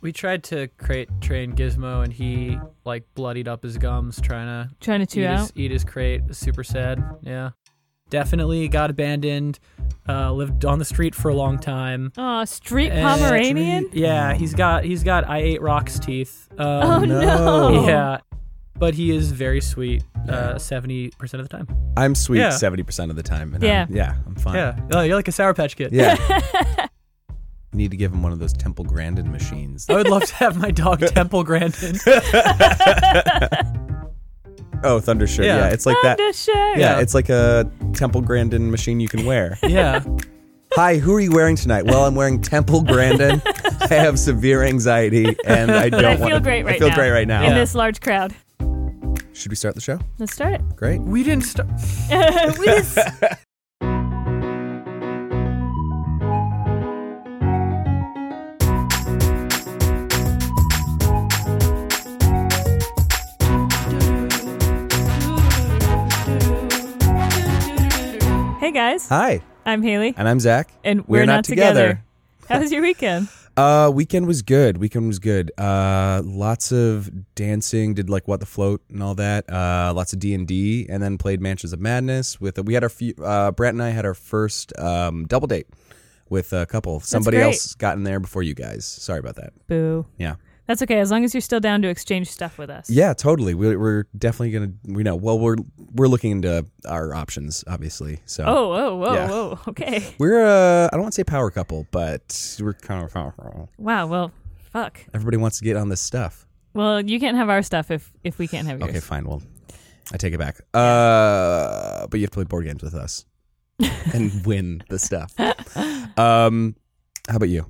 we tried to crate train Gizmo, and he like bloodied up his gums trying to Trying to chew eat out. his, eat his crate. Super sad. Yeah, definitely got abandoned. Uh, lived on the street for a long time. Aw, Eh, street And- Pomeranian? Yeah, he's got he's got I ate rocks teeth. Oh, Um, no. no. Yeah, but he is very sweet. uh, Seventy percent of the time. I'm sweet Yeah. seventy percent of the time. And Yeah. I'm, yeah, I'm fine. Yeah, oh, you're like a sour patch kid. Yeah. Need to give him one of those Temple Grandin machines. I would love to have my dog Temple Grandin. Oh, Thunder Shirt. Yeah. Yeah. it's like that. Thunder shirt. Yeah, Yeah. it's like a Temple Grandin machine you can wear. Yeah. Hi, who are you wearing tonight? Well, I'm wearing Temple Grandin. I have severe anxiety and I don't But I want feel great right I feel now. great right now. In Yeah. this large crowd. Should we start the show? Let's start it. Great. We didn't start. We just- hey guys, Hi. I'm Haley, And I'm Zach. and Uh, We're, not, together. How was your weekend? Uh, weekend was good. Weekend was good. Uh, lots of dancing. Did like what the float and all that. Uh, lots of D and D, and then played Mansions of Madness with. We had our few, uh, Brett and I had our first um, double date with a couple. Somebody great. else got in there before you guys. Sorry about that. Boo. Yeah. That's okay, as long as you're still down to exchange stuff with us. Yeah, totally. We're, we're definitely gonna. We know. Well, we're we're looking into our options, obviously. So. Oh, whoa, whoa, Yeah. whoa. Okay. We're uh, I don't want to say power couple, but we're kind of power. Wow. Well, fuck. Everybody wants to get on this stuff. Well, you can't have our stuff if if we can't have yours. Okay, fine. Well, I take it back. Uh, but you have to play board games with us and win the stuff. Um, how about you?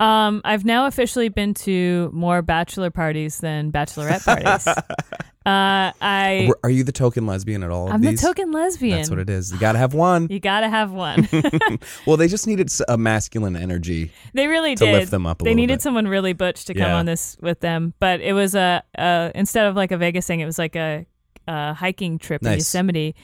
Um, I've now officially been to more bachelor parties than bachelorette parties. uh, I Were- Are you the token lesbian at all? of I'm these? the token lesbian. That's what it is. You gotta have one. You gotta have one. Well, they just needed s- a masculine energy. they really To did lift them up a they little needed bit. someone really butch to come Yeah. on this with them, but it was a, a instead of like a Vegas thing, it was like a, a hiking trip in Nice. Yosemite.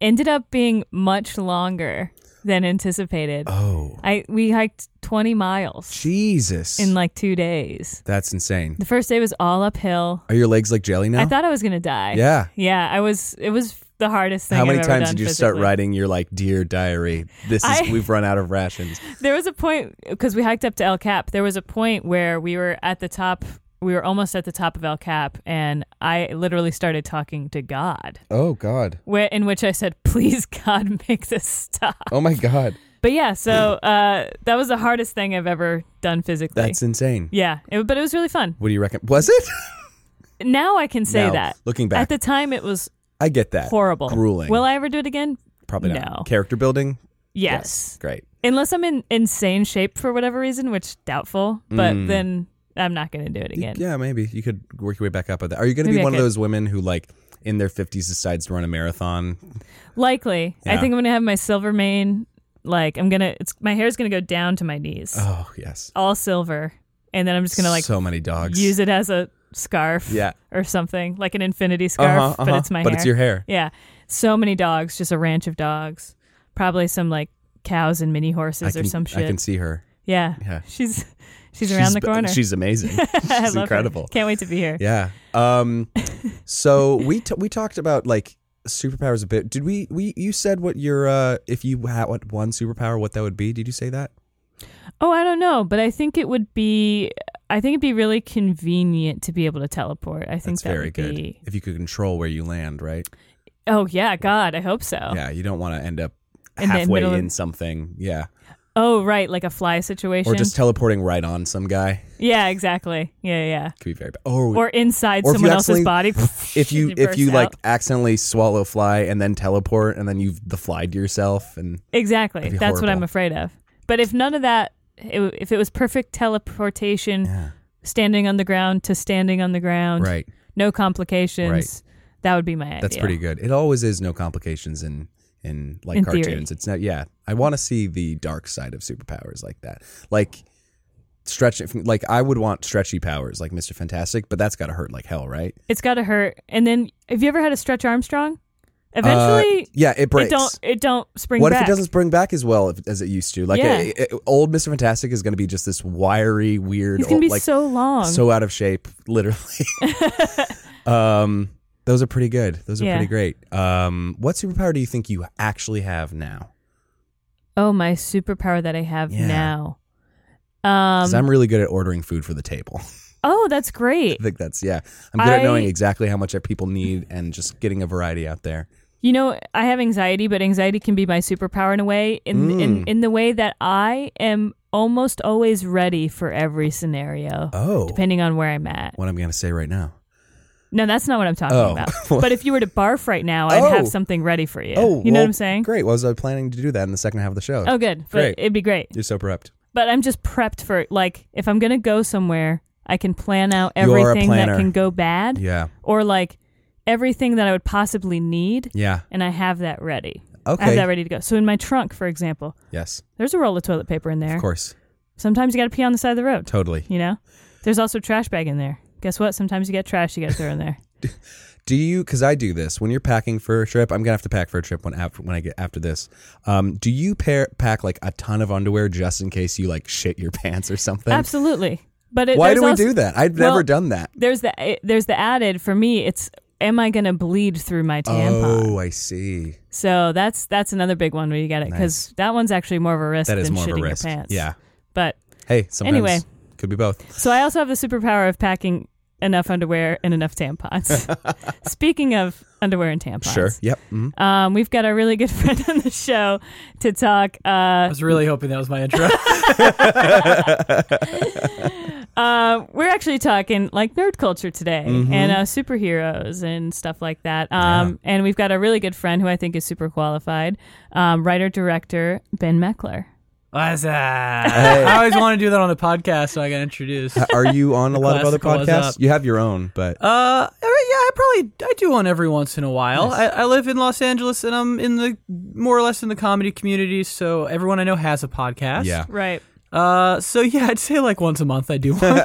Ended up being much longer than anticipated. Oh, I we hiked 20 miles Jesus! in like two days. That's insane. The first day was all uphill. Are your legs like jelly now? I thought I was gonna die. yeah. yeah. I was. It was the hardest thing. How many I've ever times done did you start physically. writing your like dear diary? This is I- we've run out of rations. There was a point because we hiked up to El Cap. There was a point where we were at the top. We were almost at the top of El Cap, and I literally started talking to God, Oh God! where, in which I said, "Please, God, make this stop." Oh my God! But yeah, so uh, that was the hardest thing I've ever done physically. That's insane. yeah, it, but it was really fun. What do you reckon? Was it? Now I can say Now, that. Looking back, At the time, it was I get that. horrible, Grueling. Will I ever do it again? Probably not. No. Character building? Yes. Great. unless I'm in insane shape for whatever reason, which doubtful. But Mm. then I'm not going to do it Y- again. Yeah, maybe. You could work your way back up at that. Are you going to be Maybe I one of could. those women who, like, in their 50s decides to run a marathon? Likely, I Yeah. think I'm going to have my silver mane. Like I'm gonna, it's my hair's going to go down to my knees, Oh, yes. all silver, and then I'm just going to like so many dogs. use it as a scarf, Yeah. or something like an infinity scarf, Uh-huh, but uh-huh. it's my But hair. it's your hair. yeah. So many dogs, just a ranch of dogs, probably some like cows and mini I horses can, or some I shit. can see her. yeah. Yeah. she's she's around the b- corner. She's amazing. I she's love her. incredible. Can't wait to be here. Yeah. Um, so we t- we talked about, like, superpowers a bit. Did we, we, you said what your, uh, if you had what one superpower, what that would be? Did you say that? Oh, I don't know, but I think it would be. I think it'd be really convenient to be able to teleport. I think That's that very would good. be. If you could control where you land, right? Oh yeah, God, I hope so. Yeah, you don't want to end up Oh. In the halfway middle of- in something. Yeah. Oh right, like a fly situation. Or just teleporting right on some guy. yeah, exactly. Yeah, yeah. Could be very bad. Or, Or inside Or if you someone else's accidentally- body. if you and if you burst like out. accidentally swallow fly and then teleport and then you've the flied yourself and exactly, That'd be that's what I'm horrible. afraid of. But if none of that, it, w- if it was perfect teleportation, standing on the ground to standing on the ground, right. no complications, Right. that would be my idea. That's pretty good. It always is no complications in in like In theory. cartoons. It's not yeah. I want to see the dark side of superpowers like that. Like stretch like I would want stretchy powers like Mr. Fantastic, but that's got to hurt like hell, right? It's got to hurt. And then, have you ever had a Stretch Armstrong? Eventually, Uh, yeah, it breaks. it don't it don't spring what back. if it doesn't spring back as well if, as it used to? Like Yeah. it- it- old Mister Fantastic is going to be just this wiry, weird, He's gonna old- be like so long. so out of shape, literally. um, those are pretty good. Those are Yeah. pretty great. Um, what superpower do you think you actually have now? oh, my superpower that I have Yeah. now. Because Um. I'm really good at ordering food for the table. oh, that's great. I think that's yeah. I'm good at knowing I- exactly how much that people need and just getting a variety out there. You know, I have anxiety, but anxiety can be my superpower in a way. In in, Mm. in the way that I am almost always ready for every scenario, Oh, depending on where I'm at. what I'm going to say right now. No, that's not what I'm talking Oh. about. But if you were to barf right now, I'd Oh. have something ready for you. Oh, you know well, what I'm saying? Great. Well, I was uh, planning to do that in the second half of the show. Oh, good. But Great. it'd be great. You're so prepped. But I'm just prepped for like if I'm gonna go somewhere, I can plan out You are a everything that planner. can go bad, Yeah. or like everything that I would possibly need, Yeah. and I have that ready. I Okay. have that ready to go. So in my trunk, for example, yes. there's a roll of toilet paper in there. Of course. Sometimes you got to pee on the side of the road. Totally. You know, there's also a trash bag in there. Guess what? Sometimes you get trash you got to throw in there. Do you? Because I do this when you're packing for a trip. I'm gonna have to pack for a trip when after when I get after this. Um, do you pair, pack like a ton of underwear just in case you like shit your pants or something? Absolutely. But it, Why there's do we also- do that? I've Well, never done that. There's the eh, there's the added for me. It's am I going to bleed through my tampon? Oh, I see. So that's that's another big one where you get it because that one's actually more of a risk That than is more shitting of a risk. your pants. Yeah. But Hey, sometimes Anyway. could be both. so I also have the superpower of packing enough underwear and enough tampons. Speaking of underwear and tampons, Sure. Yep. mhm. Um, we've got a really good friend on the show to talk. Uh, I was really hoping that was my intro. uh, we're actually talking like nerd culture today Mm-hmm. and uh, superheroes and stuff like that. Um, And we've got a really good friend who I think is super qualified, um, writer director Ben Meckler. What's that? I always want to do that on the podcast, so I got introduced. Uh, Are you on a lot of other Classical is podcasts? up. You have your own, but Uh, Uh, all right, yeah, I probably I do one every once in a while. I, I live in Los Angeles, and I'm in the more or less in the comedy community, so everyone I know has a podcast. yeah. Right. Uh, so yeah, I'd say like once a month I do one.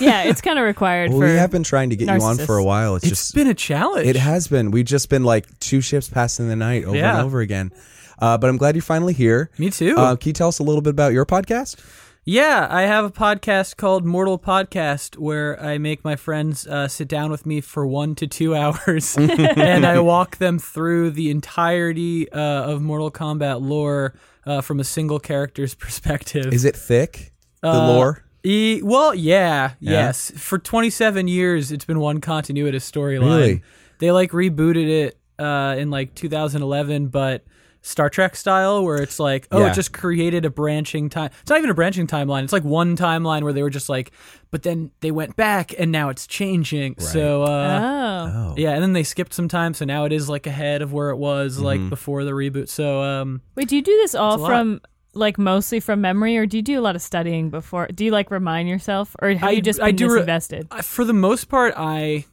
Yeah, it's kind of required Well, for. we have been trying to get you on for a narcissists. while. It's, it's just been a challenge. It has been. We've just been like two ships passing the night over Yeah. and over again. Uh, but I'm glad you're finally here. Me too. Uh, can you tell us a little bit about your podcast? Yeah, I have a podcast called Mortal Podcast where I make my friends uh, sit down with me for one to two hours and I walk them through the entirety uh, of Mortal Kombat lore uh, from a single character's perspective. Is it thick? The Uh, lore? E- well, yeah, Yeah? yes. For 27 years, it's been one continuous storyline. Really? They like rebooted it uh, in like 2011, but Star Trek style, where it's like, oh, Yeah. it just created a branching time. It's not even a branching timeline. It's like one timeline where they were just like, but then they went back and now it's changing. So, uh, oh. Oh. yeah, and then they skipped some time. So now it is like ahead of where it was Mm-hmm. like before the reboot. So, um, Wait, do you do this all It's a lot. from. Like mostly from memory, or do you do a lot of studying before? Do you like remind yourself, or have I- you just been I do re- disinvested? I- for the most part i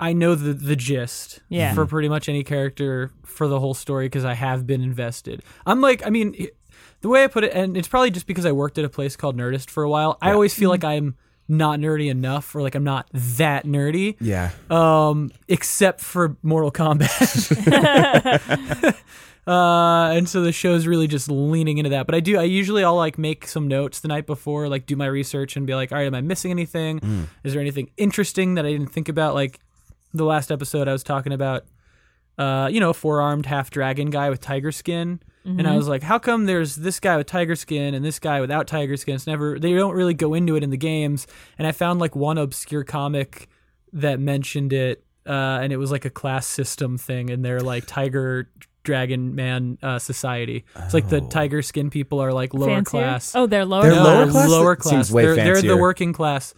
i know the the gist Yeah. for pretty much any character for the whole story because i have been invested i'm like i mean it- the way i put it and it's probably just because i worked at a place called nerdist for a while i always feel like i'm not nerdy enough or like i'm not that nerdy Yeah. um except for mortal kombat uh and so the show's really just leaning into that but i do i usually i'll like make some notes the night before like do my research and be like all right am i missing anything is there anything interesting that i didn't think about like the last episode i was talking about uh you know four-armed half dragon guy with tiger skin and i was like how come there's this guy with tiger skin and this guy without tiger skin it's never they don't really go into it in the games and i found like one obscure comic that mentioned it, uh, and it was like a class system thing in their like tiger dragon man uh, society. It's like the tiger skin people are like lower Fancier? class. Oh, they're lower. They're No, lower class? Lower That seems class. way they're, they're the fancier. working class.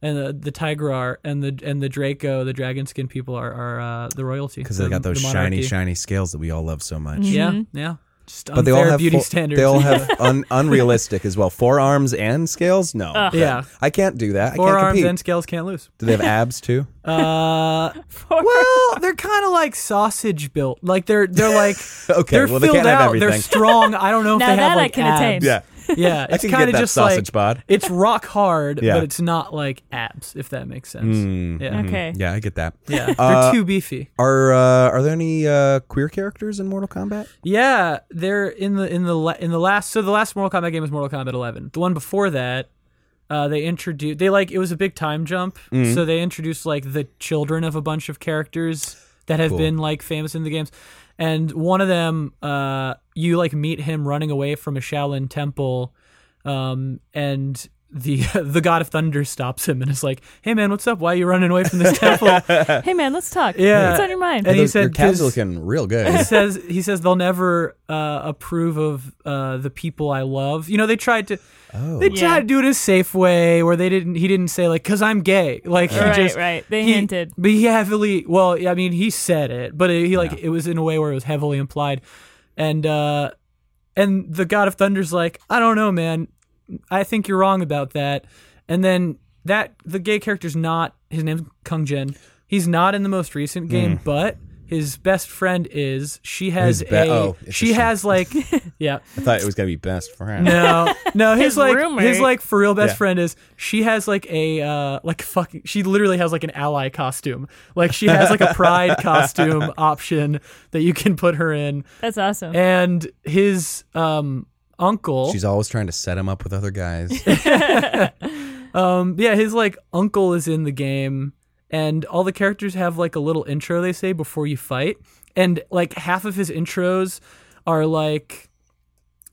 And uh, the, the tiger are and the and the Draco, the dragon skin people are are uh, the royalty Because they the- got those the shiny, monarchy. shiny scales that we all love so much. Yeah, Mm-hmm. yeah. Just But they all unfair have beauty full- standards. They all have un- unrealistic as well. Forearms and scales? No. Yeah. I can't do that. I can't forearms compete. and scales can't lose. do they have abs too? Uh, For- Well, they're kind of like sausage built. Like they're they're like Okay, They're well, they filled can't have out. everything. They're strong. I don't know if Now they have that I like can abs. attain. Yeah. Yeah, I it's can kind get of that just sausage like bod. it's rock hard, Yeah. Mm. but it's not like abs, if that makes sense. Yeah, Okay. Yeah, I get that. Mm. yeah, Uh, they're too beefy. Are uh, are there any uh, queer characters in Mortal Kombat? Yeah, they're in the in the la- in the last. So the last Mortal Kombat game was Mortal Kombat 11. The one before that, uh, they introduced. They like it was a big time jump, Mm. so they introduced like the children of a bunch of characters that have Cool. been like famous in the games. And one of them, uh, you like meet him running away from a Shaolin temple, um, and the the God of Thunder stops him and is like, "Hey man, what's up? Why are you running away from this temple?" Hey man, let's talk. Yeah. What's on your mind? And he Those- your said calves are this- looking real he good. says he says they'll never uh, approve of uh, the people I love. You know, they tried to Oh. they tried Yeah. to do it in a safe way where they didn't. He didn't say like because I'm gay. Like he right, just, right. They he- hinted. but he heavily. Well, I mean, he said it, but it, he like it was in a way where it was heavily implied, and uh, and the God of Thunder's like, I don't know, man. I think you're wrong about that. And then that the gay character's not his name's Kung Jin. He's not in the most recent game, but his best friend is. She has Hmm. His be- a. oh, it's a she she. has like. yeah. I thought it was gonna be best friend. No, no, his, His like roommate. his like for real best Yeah. friend is she has like a uh like fucking she literally has like an ally costume. Like she has like a pride costume option that you can put her in. That's awesome. And his um uncle She's always trying to set him up with other guys. um yeah, his like uncle is in the game and all the characters have like a little intro they say before you fight. And like half of his intros are like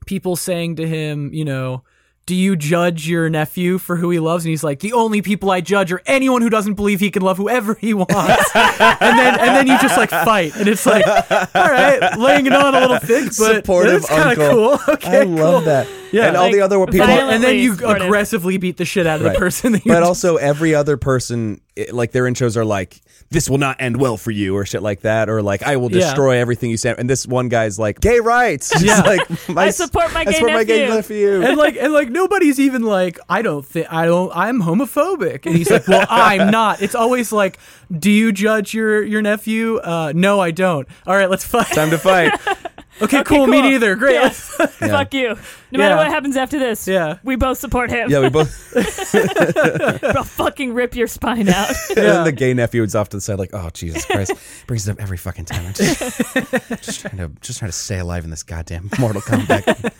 people saying to him, you know, do you judge your nephew for who he loves? And he's like, the only people I judge are anyone who doesn't believe he can love whoever he wants. and then and then you just like fight, and it's like, all right, laying it on a little thick, but Supportive it's kind of uncle. cool. Okay, I love cool. that. Yeah. and all Like, the other people. Well, and then Violently you supportive. aggressively beat the shit out of Right. the person. That you're But also, every other person, it, like their intros are like, "This will not end well for you," or shit like that, or like, "I will Yeah. destroy everything you stand." And this one guy's like, "Gay rights." Just Yeah. like, my, I support my I gay support my gay nephew. nephew. and like and like nobody's even like I don't think I don't I'm homophobic and he's like well I'm not it's always like do you judge your your nephew uh no I don't all right let's fight Time to fight. okay, cool, me cool. neither great Yeah. let's Fuck you. No matter Yeah. what happens after this, Yeah. we both support him. yeah, we both. I'll fucking rip your spine out. And then the gay nephew was off to the side, like, "Oh Jesus Christ!" Brings it up every fucking time. I'm just, just trying to, just trying to stay alive in this goddamn Mortal Kombat.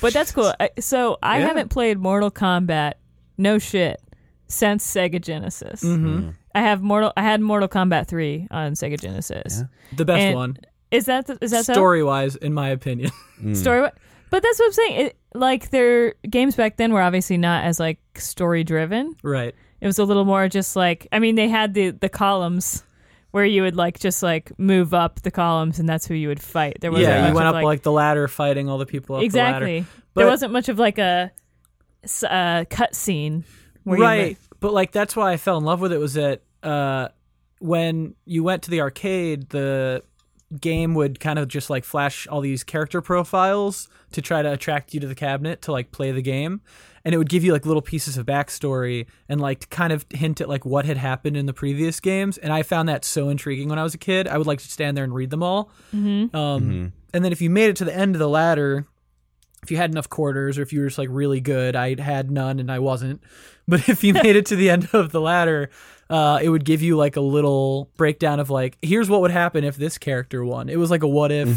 but that's cool. I- So I Yeah. haven't played Mortal Kombat, no shit, since Sega Genesis. Mm-hmm. Mm. I have Mortal. I had Mortal Kombat three on Sega Genesis. the best And- one Is that the, is that story Hmm. wise in my opinion so? story? But that's what I'm saying. It, like their games back then were obviously not as like story driven. right It was a little more just like I mean they had the the columns where you would like just like move up the columns and that's who you would fight. There was yeah you went up like, like the ladder fighting all the people up the exactly. ladder there But- wasn't much of like a s- uh, cut scene. Where You right but like that's why i fell in love with it was that uh when you went to the arcade the game would kind of just like flash all these character profiles to try to attract you to the cabinet to like play the game and it would give you like little pieces of backstory and like to kind of hint at like what had happened in the previous games and i found that so intriguing when i was a kid i would like to stand there and read them all um, and then if you made it to the end of the ladder if you had enough quarters or if you were just like really good i had none and i wasn't but if you made it to the end of the ladder uh, it would give you like a little breakdown of like here's what would happen if this character won it was like a what if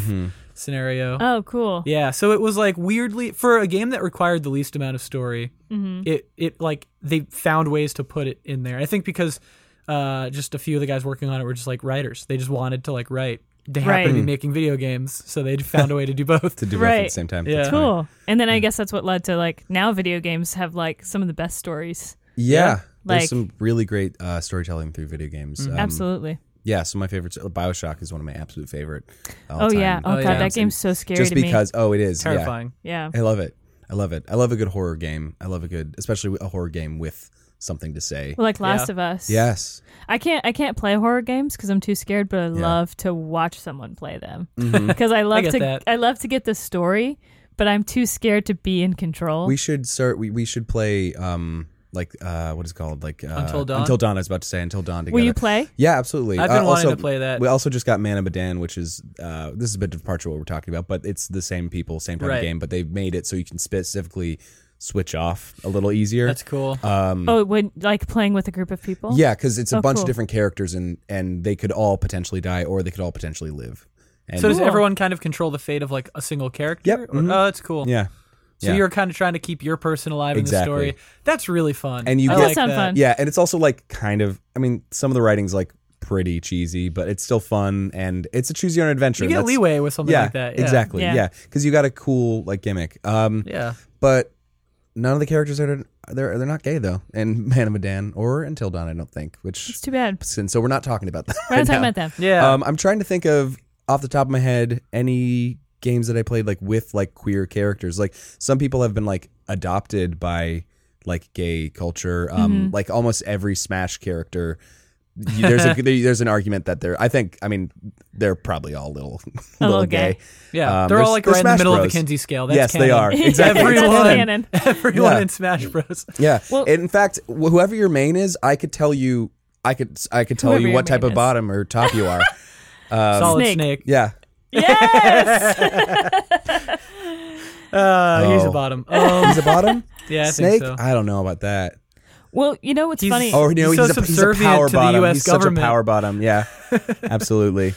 scenario oh, cool. yeah so it was like weirdly for a game that required the least amount of story it it like they found ways to put it in there i think because uh, just a few of the guys working on it were just like writers they just wanted to like write they happen to Right. be making video games so they found a way to do both to do both at Right. the same time. Yeah. That's fine. Cool. Hmm. And then I guess that's what led to like now video games have like some of the best stories. Yeah. Like- Mm-hmm. There's some really great uh, storytelling through video games. Hmm. Um, Absolutely. Yeah, so my favorite, Bioshock is one of my absolute favorite. all Oh time yeah. Oh, Oh, god, yeah. that game's so scary Just to because, oh, it is yeah. terrifying me. Yeah. I love it. I love it. I love a good horror game. I love a good, especially a horror game with something to say. Well, like Last Yeah. of Us. yes. I can't I can't play horror games because I'm too scared, but I love to watch someone play them because I love get to that. I love to get the story, but I'm too scared to be in control. We should start. We, we should play um, like uh, what is it called like uh, Until Dawn? Until Dawn. I was about to say Until Dawn. Together. Will you play? Yeah, absolutely. I've been Uh, wanting also, to play that. We also just got Man of Medan, which is uh, this is a bit of departure what we're talking about, but it's the same people, same type Right. of game, but they've made it so you can specifically switch off a little easier. That's cool. Um, oh, when like playing with a group of people. Yeah, because it's a Oh, bunch cool. of different characters, and and they could all potentially die, or they could all potentially live. And so does Cool. everyone kind of control the fate of like a single character? Yep, Or- mhm. Oh, that's cool. yeah, So yeah. you're kind of trying to keep your person alive Exactly. in the story. That's really fun. And you I get- like That sound that. fun. yeah, and it's also like kind of. I mean, some of the writing's like pretty cheesy, but it's still fun, and it's a choose your own adventure. You and get that's- leeway with something Yeah, like that. Yeah. exactly. Yeah. Yeah, because you got a cool like gimmick. Um, Yeah. but none of the characters are they're they're not gay though, and Man of Medan or Until Dawn, I don't think. Which It's too bad. and so we're not talking about that. We're not right talking now. about them. Yeah. Um, I'm trying to think of off the top of my head any games that I played like with like queer characters. Like some people have been like adopted by like gay culture. Um, like almost every Smash character. you- There's a there- there's an argument that they're I think I mean they're probably all little little, little gay. gay. yeah. um, they're all there's- like there's right in the Smash middle of Bros. the Kinsey scale. That's Yes, they canon. are. Exactly. That's Everyone. canon. Everyone Yeah. in Smash Bros. Yeah. Well- in fact, wh- whoever your main is, I could tell you I could I could tell Whoever you your what type main of is. bottom or top you are. Um, Solid Snake. Snake. yeah. Yes. Uh, He's Oh. a bottom. Oh, He's a bottom? yeah. I Snake? Think so. I don't know about that. well, you know what's He's- funny? Oh no, He's he's, so a, he's a subservient power to the bottom. US he's such government. a power bottom. Yeah, absolutely.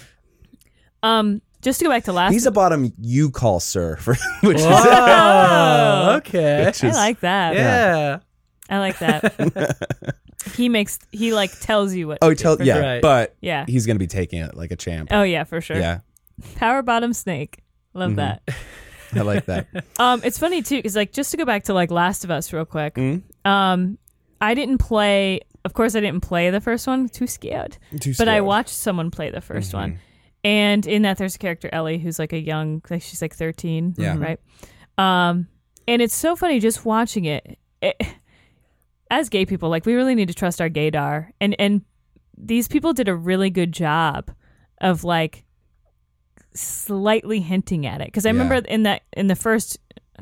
Um, just to go back to last. He's a bottom you call sir, for, which is Whoa, Oh, okay. which I is- like that. Yeah. I like that. he makes he like tells you what. oh, to he do tell for yeah, sure. Right. but Yeah. he's gonna be taking it like a champ. Oh yeah, for sure. Yeah, Power bottom snake. Love that. I like that. Um, it's funny too because like just to go back to like Last of Us real quick. Um, I didn't play. Of course, I didn't play the first one. Too scared. Too But I scared. watched someone play the 1st one, Mm-hmm. and in that there's a character Ellie who's like a young, like she's like 13, Yeah. Mm-hmm. right. Um, and it's so funny just watching it. it. As gay people, like we really need to trust our gaydar, and and these people did a really good job of like slightly hinting at it because I Yeah. remember in that in the first.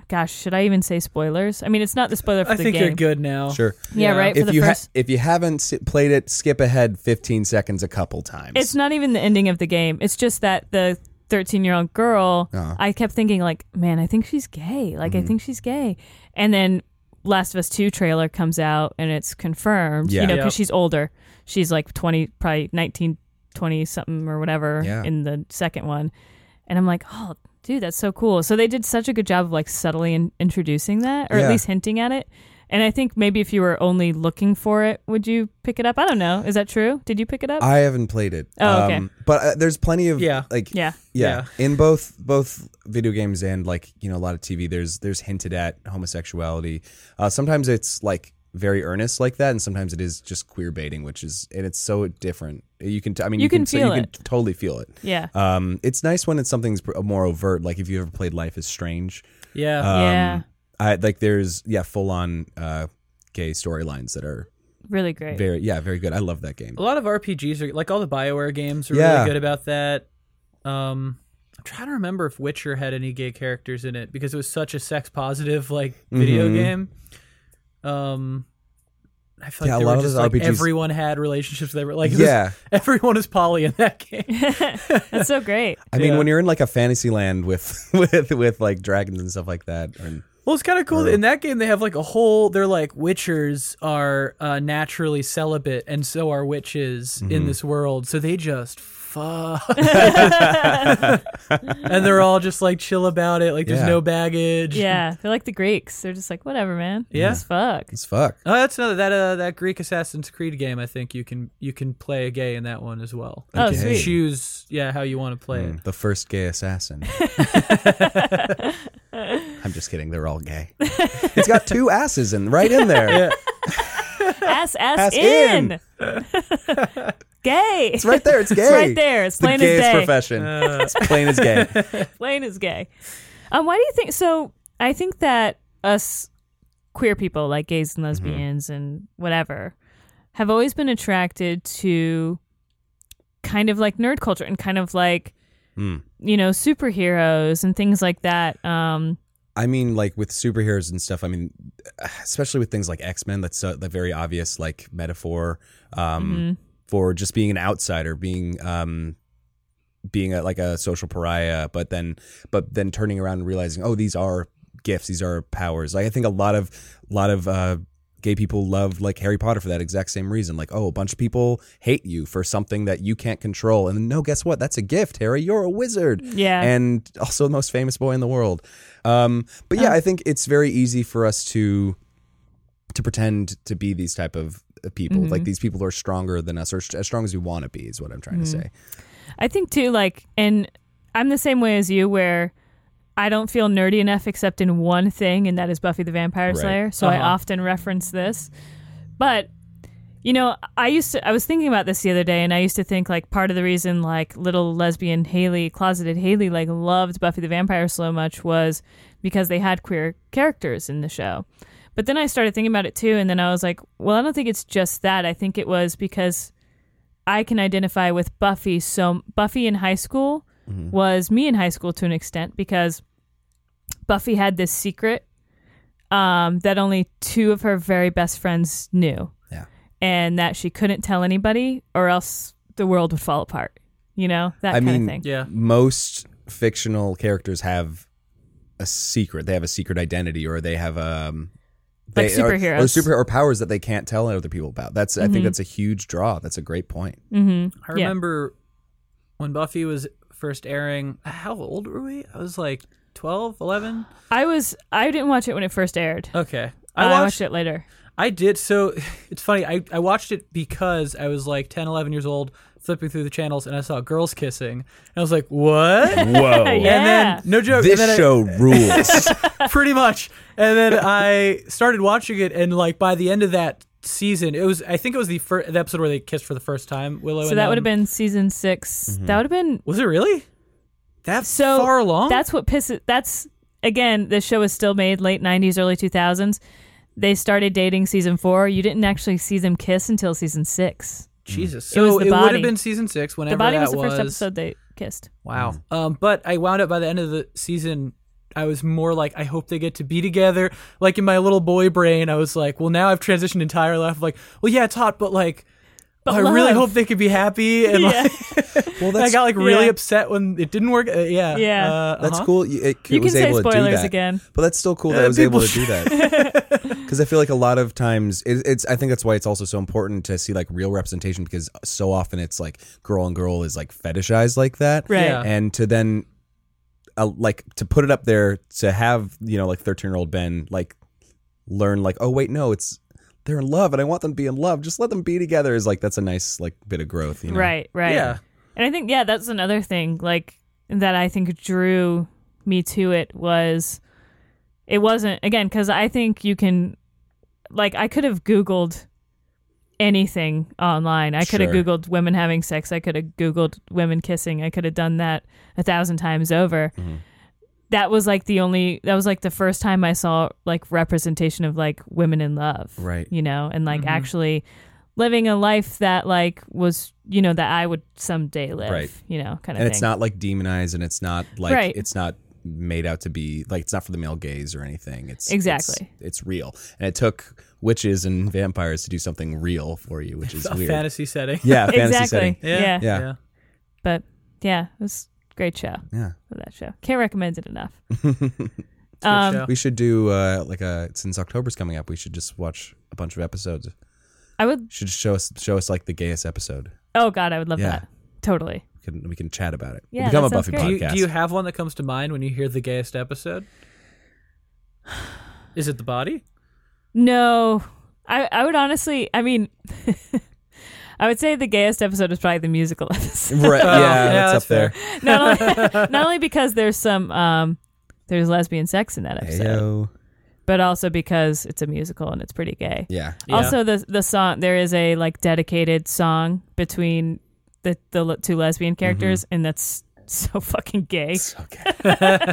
Gosh, should I even say spoilers? I mean, it's not the spoiler for I the think game. you're good now. Sure. Yeah, Yeah. right. for If the you ha- first, if you haven't si- played it, skip ahead 15 seconds a couple times. It's not even the ending of the game. It's just that the 13 year old girl, Uh-huh. Mm-hmm. I kept thinking, like, man, I think she's gay. Like, I think she's gay. And then Last of Us 2 trailer comes out and it's confirmed, Yeah. you know, Yep. because she's older. She's like 20, probably 19, 20 something or whatever Yeah. in the second one. And I'm like, oh, dude, that's so cool. So they did such a good job of like subtly in- introducing that or Yeah. at least hinting at it. And I think maybe if you were only looking for it, would you pick it up? I don't know. Is that true? Did you pick it up? I haven't played it. Oh, okay. but uh, there's plenty of Yeah. like Yeah. yeah, in both both video games and like you know a lot of TV. There's there's hinted at homosexuality. Uh, sometimes it's like very earnest like that, and sometimes it is just queer baiting, which is and it's so different. You can t- I mean You you, can so feel you it. can totally feel it. yeah. Um, it's nice when it's something's pr- more overt. Like if you ever played Life is Strange, Yeah. um, Uh, Yeah. I like there's yeah full on uh, gay storylines that are Really great. very yeah very good. I love that game. a lot of RPGs are like all the BioWare games are Yeah. really good about that. Um I'm trying to remember if Witcher had any gay characters in it because it was such a sex positive like video Mhm. game. Um I feel like Yeah, a there lot were of just those like RPGs everyone had relationships that were like it was- yeah. everyone is poly in that game. That's so great. I mean, Yeah. when you're in like a fantasy land with with with like dragons and stuff like that, and Well, it's kind of cool. Or- In that game, they have like a whole. They're like witchers are uh, naturally celibate, and so are witches in this world. So they just fuck, and they're all just like chill about it. Like there's Yeah. no baggage. Yeah, they're like the Greeks. They're just like whatever, man. Yeah. As fuck. it's fuck. Oh, that's another that uh, that Greek Assassin's Creed game. I think you can you can play a gay in that one as well. Oh, Okay. sweet. Choose yeah how you want to play it. Mm, The first gay assassin. I'm just kidding. They're all gay. It's got two asses in right in there. Ass ass, Ass in. in. gay. It's right there. It's gay. It's right there. It's It's the plain as gayest day. Uh. profession. Uh, it's plain as gay. Plain as gay. Um, why do you think so? I think that us queer people, like gays and Mm-hmm. lesbians and whatever, have always been attracted to kind of like nerd culture and kind of like Mm. you know superheroes and things like that. Um, I mean, like with superheroes and stuff. I mean, especially with things like X Men. That's uh, the very obvious like metaphor Mm-hmm. um, for just being an outsider, being um, being a, like a social pariah. But then, but then turning around and realizing, oh, these are gifts. These are powers. Like I think a lot of lot of uh, gay people love like Harry Potter for that exact same reason. Like, oh, a bunch of people hate you for something that you can't control. And no, guess what? That's a gift, Harry. You're a wizard Yeah. and also the most famous boy in the world. Um, but Oh. yeah, I think it's very easy for us to to pretend to be these type of uh, people, Mm-hmm. like these people who are stronger than us, or st- as strong as we want to be, is what I'm trying Mm-hmm. to say. I think too, like, and I'm the same way as you, where I don't feel nerdy enough except in one thing, and that is Buffy the Vampire Slayer. So I Uh-huh. often reference this. But you know, I used to. I was thinking about this the other day, and I used to think like part of the reason like little lesbian Haley, closeted Haley, like loved Buffy the Vampire so much was because they had queer characters in the show. But then I started thinking about it too, and then I was like, well, I don't think it's just that. I think it was because I can identify with Buffy. So Buffy in high school was me in high school to an extent because Buffy had this secret um, that only two of her very best friends knew, Yeah. and that she couldn't tell anybody, or else the world would fall apart. You know that I kind mean, of thing. Yeah. Most fictional characters have a secret. They have a secret identity, or they have um, Like they- or- or, superheroes. Mm-hmm. super or powers that they can't tell other people about. That's I think that's a huge draw. That's a great point. I remember when Buffy was first airing. How old were we? I was like 12, 11. I was I didn't watch it when it first aired. Okay. I, watched, Uh, it. it later. I did. So it's funny. I, I watched it because I was like 10, 11 years old, flipping through the channels, and I saw girls kissing. And I was like, what? And Whoa. then, no joke. This uh, and then I- show rules. pretty much. And then I started watching it, and like by the end of that season, it was, I think it was the, fir- the episode where they kissed for the first time, Willow so and that would um, have been season 6 Mm-hmm. That would have been Was it really? That so far along? That's what pisses. That's again, this show was still made late '90s, early 2000s. They started dating season four. You didn't actually see them kiss until season six. Jesus. It was So the it, would body. have been season six, whenever The body that was the first episode they kissed. Wow. Um, but I wound up by the end of the season. I was more like, I hope they get to be together. Like in my little boy brain, I was like, well, now I've transitioned entire life. Like, well, yeah, it's hot, but like, I really love. hope they could be happy. And like, well, I got like really yeah. upset when it didn't work. Uh, yeah. Yeah. Uh, That's uh-huh. cool. It, it You was can say able to do spoilers that. again. Uh, But that's still cool that I was able to do that. Because I feel like a lot of times, it, it's. I think that's why it's also so important to see like real representation because so often it's like girl and girl is like fetishized like that, Right. Yeah. And to then, uh, like, to put it up there to have you know like thirteen year old Ben like learn like oh wait no it's they're in love and I want them to be in love just let them be together is like that's a nice like bit of growth you know Right. Right. Yeah. And I think yeah, that's another thing like that I think drew me to it was it wasn't again cuz I think you can like I could have googled anything online. I could have Sure. googled women having sex. I could have googled women kissing. I could have done that a thousand times over. Mm-hmm. That was like the only that was like the first time I saw like representation of like women in love. Right. Mm-hmm. You know, and like actually living a life that like was you know that I would someday live, Right. you know, kind of and thing. it's not like demonized and it's not like Right. it's not made out to be like it's not for the male gaze or anything it's Exactly. it's, it's real and it took witches and vampires to do something real for you which is A weird fantasy setting. yeah a fantasy exactly. setting Yeah. Yeah. Yeah. but yeah, it was a great show. yeah Love that show. Can't recommend it enough. It's a good Um, show. we should do uh like a since october's coming up we should just watch a bunch of episodes I would. should show us show us like the gayest episode Oh God, I would love Yeah. that. Totally. we can, we can chat about it Yeah, we'll become that a buffy sounds Do podcast you, do you have one that comes to mind when you hear the gayest episode? Is it the body? No, I I would honestly. I mean, I would say the gayest episode is probably the musical episode. right yeah, Oh, yeah, that's, that's up there not only not only because there's some um there's lesbian sex in that episode, Ayo. but also because it's a musical and it's pretty gay. yeah Yeah. Also, the the song there is a like dedicated song between the the le- two lesbian Mm-hmm. characters, and that's so fucking gay. okay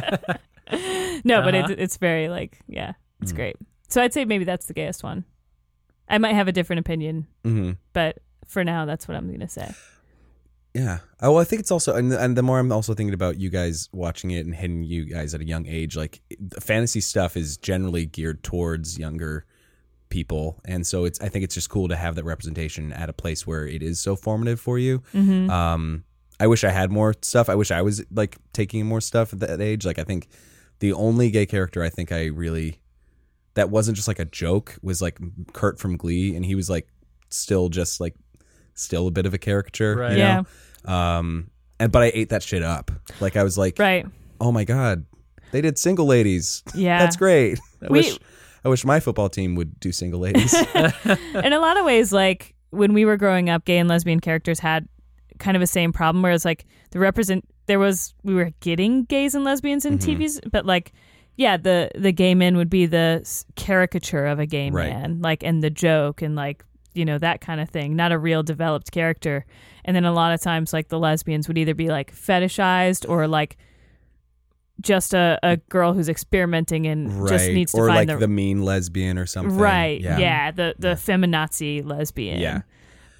No, but Uh-huh. Mm. it, it's very like yeah, it's great. So I'd say maybe that's the gayest one. I might have a different opinion, mm-hmm. but for now, that's what I'm gonna say. Yeah. Oh, well, I think it's also, and, and the more I'm also thinking about you guys watching it and hitting you guys at a young age, like the fantasy stuff is generally geared towards younger people, and so it's I think it's just cool to have that representation at a place where it is so formative for you. Mm-hmm. Um, I wish I had more stuff. I wish I was like taking more stuff at that age. Like I think the only gay character I think I really that wasn't just like a joke was like Kurt from Glee, and he was like still just like still a bit of a caricature. Right. You yeah. know? Um, and but I ate that shit up. Like I was like, Right. oh my god, they did single ladies. Yeah. That's great. I We- wish I wish my football team would do single ladies. in a lot of ways, like when we were growing up, gay and lesbian characters had kind of a same problem where it's like the represent there was we were getting gays and lesbians in Mm-hmm. TVs, but like yeah, the the gay men would be the s- caricature of a gay Right. man, like and the joke and like you know that kind of thing, not a real developed character. And then a lot of times, like the lesbians would either be like fetishized or like just a, a girl who's experimenting and right. just needs to or find like the the, mean lesbian or something. Right. Yeah. the the feminazi lesbian. Yeah.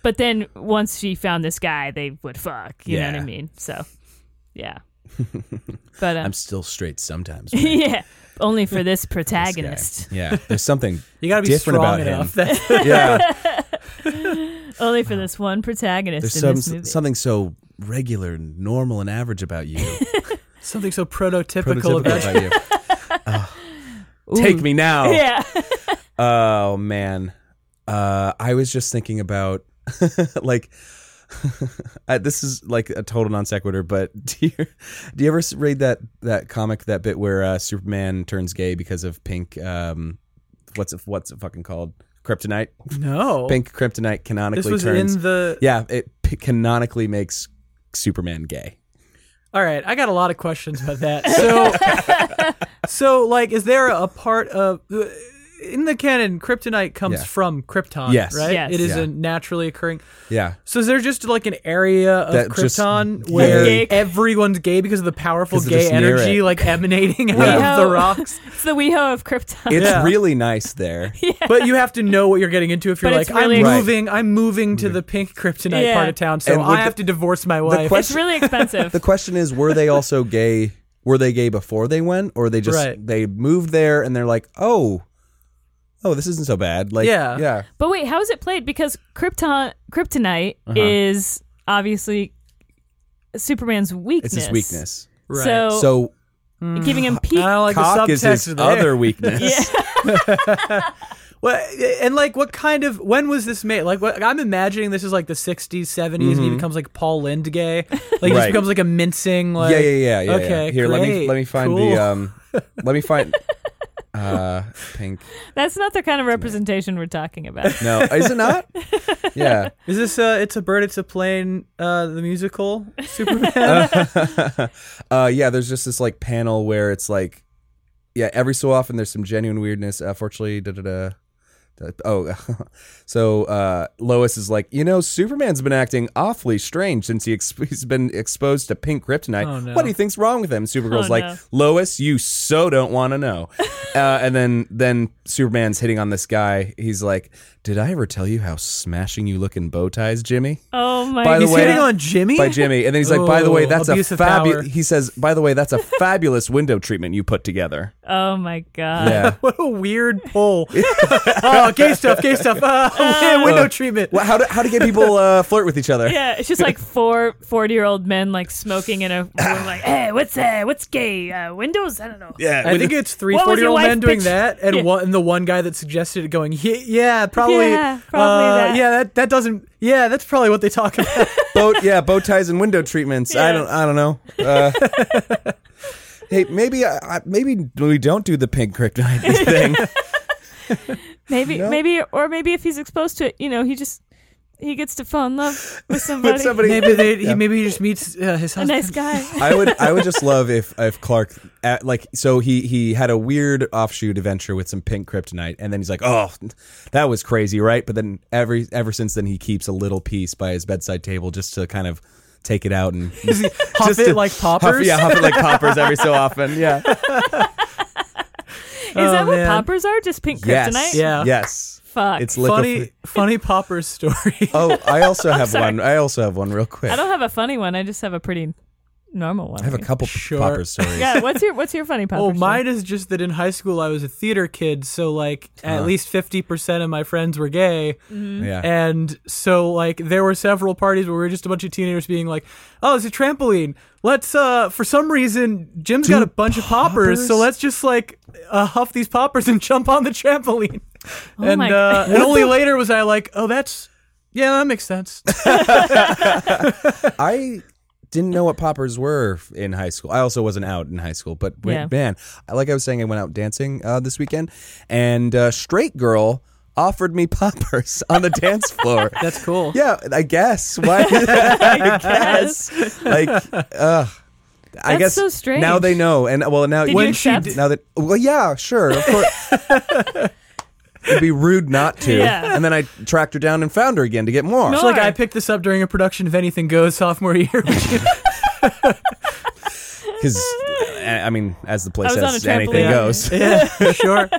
But then once she found this guy, they would fuck. You know what Yeah. I mean? So, yeah. but um, I'm still straight sometimes. man. yeah, only for this This guy. protagonist. Yeah. There's something You gotta be different strong about enough. him. That's yeah. only for this one protagonist There's in some this movie. something so regular and normal and average about you. something so prototypical, Prototypical about about you. Ah, Ooh. Take me now. Yeah. Oh man. Uh I was just thinking about like I, this is like a total non sequitur, but do you, do you ever s- read that that comic that bit where uh, Superman turns gay because of pink um what's it, what's it fucking called kryptonite? No. Pink kryptonite canonically this was turns in the. Yeah, it p- canonically makes Superman gay. All right, I got a lot of questions about that. So, so like, is there a part of uh, in the canon? Kryptonite comes Yeah. from Krypton, Yes. right? Yes. It is Yeah. a naturally occurring. Yeah. So is there just like an area of That just- Krypton yeah. where Gay- everyone's gay because of the powerful 'Cause they're gay just near energy it. like emanating out Yeah. of the rocks? It's the WeHo of Krypton. It's Yeah. really nice there. But you have to know what you're getting into if you're But like, it's really- I'm Right. Mm-hmm. moving, I'm moving to the pink Kryptonite Yeah. part of town, so And I would have the- to divorce my wife. question- it's really expensive. The question is, were they also gay? Were they gay before they went, or they just Right. they moved there and they're like, oh, oh, this isn't so bad. Like, Yeah. yeah, But wait, how is it played? Because Krypton, Kryptonite Uh-huh. is obviously Superman's weakness. it's his weakness. right. So, So mm-hmm. giving him peak. I don't Oh, like cock the is subtext his there. other weakness. Well, and like, what kind of when was this made? Like, what, I'm imagining this is like the '60s, '70s, and he becomes like Paul Lind gay. Like, he just Mm-hmm. Right. becomes like a mincing. Like, yeah, yeah, yeah, yeah. okay, yeah. Here, let me great, let me find cool. the um, let me find uh, pink. That's not the kind of representation we're talking about. No, is it not? Yeah. Is this uh It's a Bird, It's a Plane, uh, the musical Superman? uh, yeah, there's just this like panel where it's like, yeah, every so often there's some genuine weirdness. Uh, fortunately, da da da. da- Oh, so uh, Lois is like, you know, Superman's been acting awfully strange since he ex- he's been exposed to pink kryptonite. Oh, no. What do you think's wrong with him? Supergirl's Oh, like, no. Lois, you so don't want to know. uh, and then then Superman's hitting on this guy. He's like, Did I ever tell you how smashing you look in bow ties, Jimmy? Oh my By the He's way- hitting on Jimmy. by Jimmy, and then he's like, "By the way, Ooh, that's a abuse of power. fabulous." He says, "By the way, that's a fabulous window treatment you put together." Oh my god. Yeah. What a weird pull. oh, gay stuff, gay stuff. Uh, window treatment. well, how to how to get people uh, flirt with each other? Yeah, it's just like four 40 year old men like smoking in a room, like, hey, what's uh, what's gay? Uh, windows? I don't know. Yeah, I think it's three What was 40 year old your men wife doing bitch- that, and Yeah. one and the one guy that suggested it going, yeah, yeah probably, Yeah, probably uh, that." yeah, that that doesn't, yeah, that's probably what they talk about. bow, yeah, bow ties and window treatments. I Yeah. don't I don't know. Uh, hey, maybe I, I, maybe we don't do the pink kryptonite thing. Maybe, No. maybe, or maybe if he's exposed to it, you know, he just he gets to fall in love with somebody. But somebody, maybe they, he, maybe he just meets uh, his a husband. nice guy. I would I would just love if if Clark uh like so he he had a weird offshoot adventure with some pink kryptonite and then he's like oh that was crazy right but then every ever since then he keeps a little piece by his bedside table just to kind of take it out and Huff just it to- like huff, poppers. yeah huff it like poppers every so often yeah Is that what man. poppers are? Just pink Oh, yes kryptonite? Yeah. yes fuck. It's liquor. funny, funny Popper's story. Oh, I also have one. I also have one real quick. I don't have a funny one. I just have a pretty normal one. I have a couple p- Sure. popper stories. yeah, what's your what's your funny pop? Oh, mine is just that in high school I was a theater kid, so like at least fifty percent of my friends were gay, Mm-hmm. Eh, Yeah. and so like there were several parties where we were just a bunch of teenagers being like, "Oh, it's a trampoline. Let's uh for some reason Jim's got a bunch of poppers, so poppers? let's just like uh, huff these poppers and jump on the trampoline." and my uh, and only later was I like, "Oh, that's yeah, that makes sense." I didn't know what poppers were f- in high school. I also wasn't out in high school, but w- Yeah. man, I- like I was saying, I went out dancing uh, this weekend, and a straight girl offered me poppers on the dance floor. that's cool. yeah, I guess. Why? I guess. like, ugh. I That's guess so strange. now they know, and well now Did When you she d- accept? now that well yeah sure of course it'd be rude not to Yeah. and then I tracked her down and found her again to get more It's No. like I picked this up during a production of Anything Goes sophomore year. because I mean as the play I was on a says anything trampoline. goes Yeah, sure.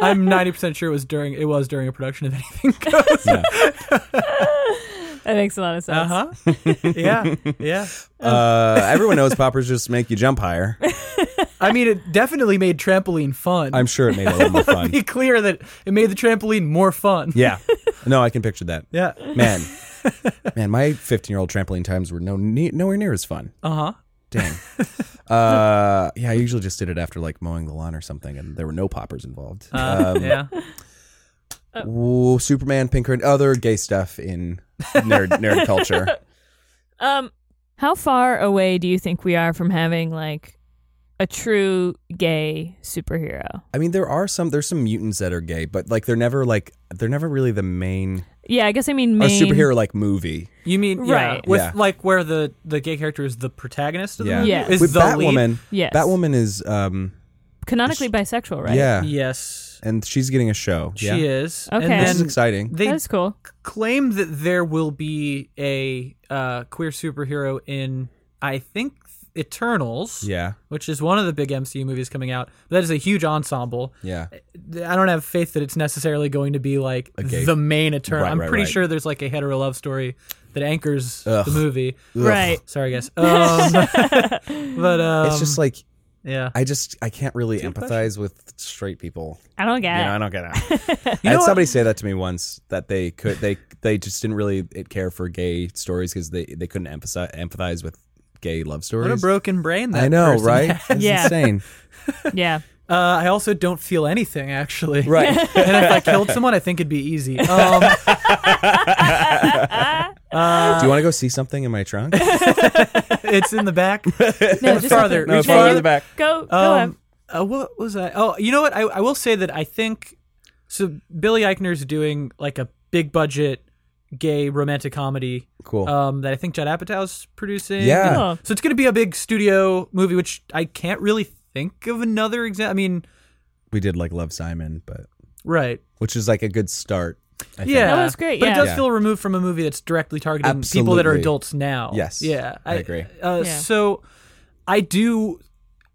I'm 90% sure it was during it was during a production of anything goes. that makes a lot of sense. Uh-huh. Yeah. Yeah. uh, everyone knows poppers just make you jump higher I mean it definitely made trampoline fun. I'm sure it made it a little more fun be clear that it made the trampoline more fun. yeah no I can picture that Yeah. man man my 15 year old trampoline times were no ne- nowhere near as fun Uh-huh. dang uh, yeah I usually just did it after like mowing the lawn or something and there were no poppers involved Uh, Um, yeah. Ooh, Superman, Pinker, and other gay stuff in nerd nerd culture. Um, how far away do you think we are from having like a true gay superhero? I mean, there are some there's some mutants that are gay, but like they're never like they're never really the main, Yeah, I guess I mean or main superhero like movie. You mean yeah, Right. with Yeah. like where the the gay character is the protagonist of the Yeah, movie? Yes. Is with the lead- Batwoman. Yes. Batwoman is um canonically bisexual, right? yeah, Yes. and she's getting a show. She yeah. is. Okay. And This This is then exciting. they That's cool. claim that there will be a uh, queer superhero in I think Eternals. yeah, which is one of the big MCU movies coming out. That is a huge ensemble. yeah. I don't have faith that it's necessarily going to be like gay- the main eternal. Right, I'm right, pretty right. sure there's like a hetero love story that anchors Ugh. the movie. Right. Sorry, guys. Um, but um, It's just like yeah. I just I can't really empathize with straight people. I don't get You know, it. I don't get it. Uh, You I know had what? somebody say that to me once that they could they they just didn't really care for gay stories because they they couldn't emphasize empathize with gay love stories. What a broken brain that I know, person right? had. That's Yeah. insane. yeah. Uh, I also don't feel anything actually. Right. and if I killed someone, I think it'd be easy. Um, Do Uh, you want to go see something in my trunk? it's in the back. No, Or just farther. no, Reach farther farther. in the back. Go go Um, on. uh, what was I? Oh, you know what? I, I will say that I think so. Billy Eichner's doing like a big budget gay romantic comedy Cool. um, that I think Judd Apatow's producing. Yeah. Huh. So it's going to be a big studio movie, which I can't really think of another example. I mean, we did like Love Simon, but right. which is like a good start. I think. Yeah. That was great, But yeah. it does Yeah. feel removed from a movie that's directly targeting people that are Absolutely. adults now. Yes, Yeah. I agree. Uh, Yeah. So I do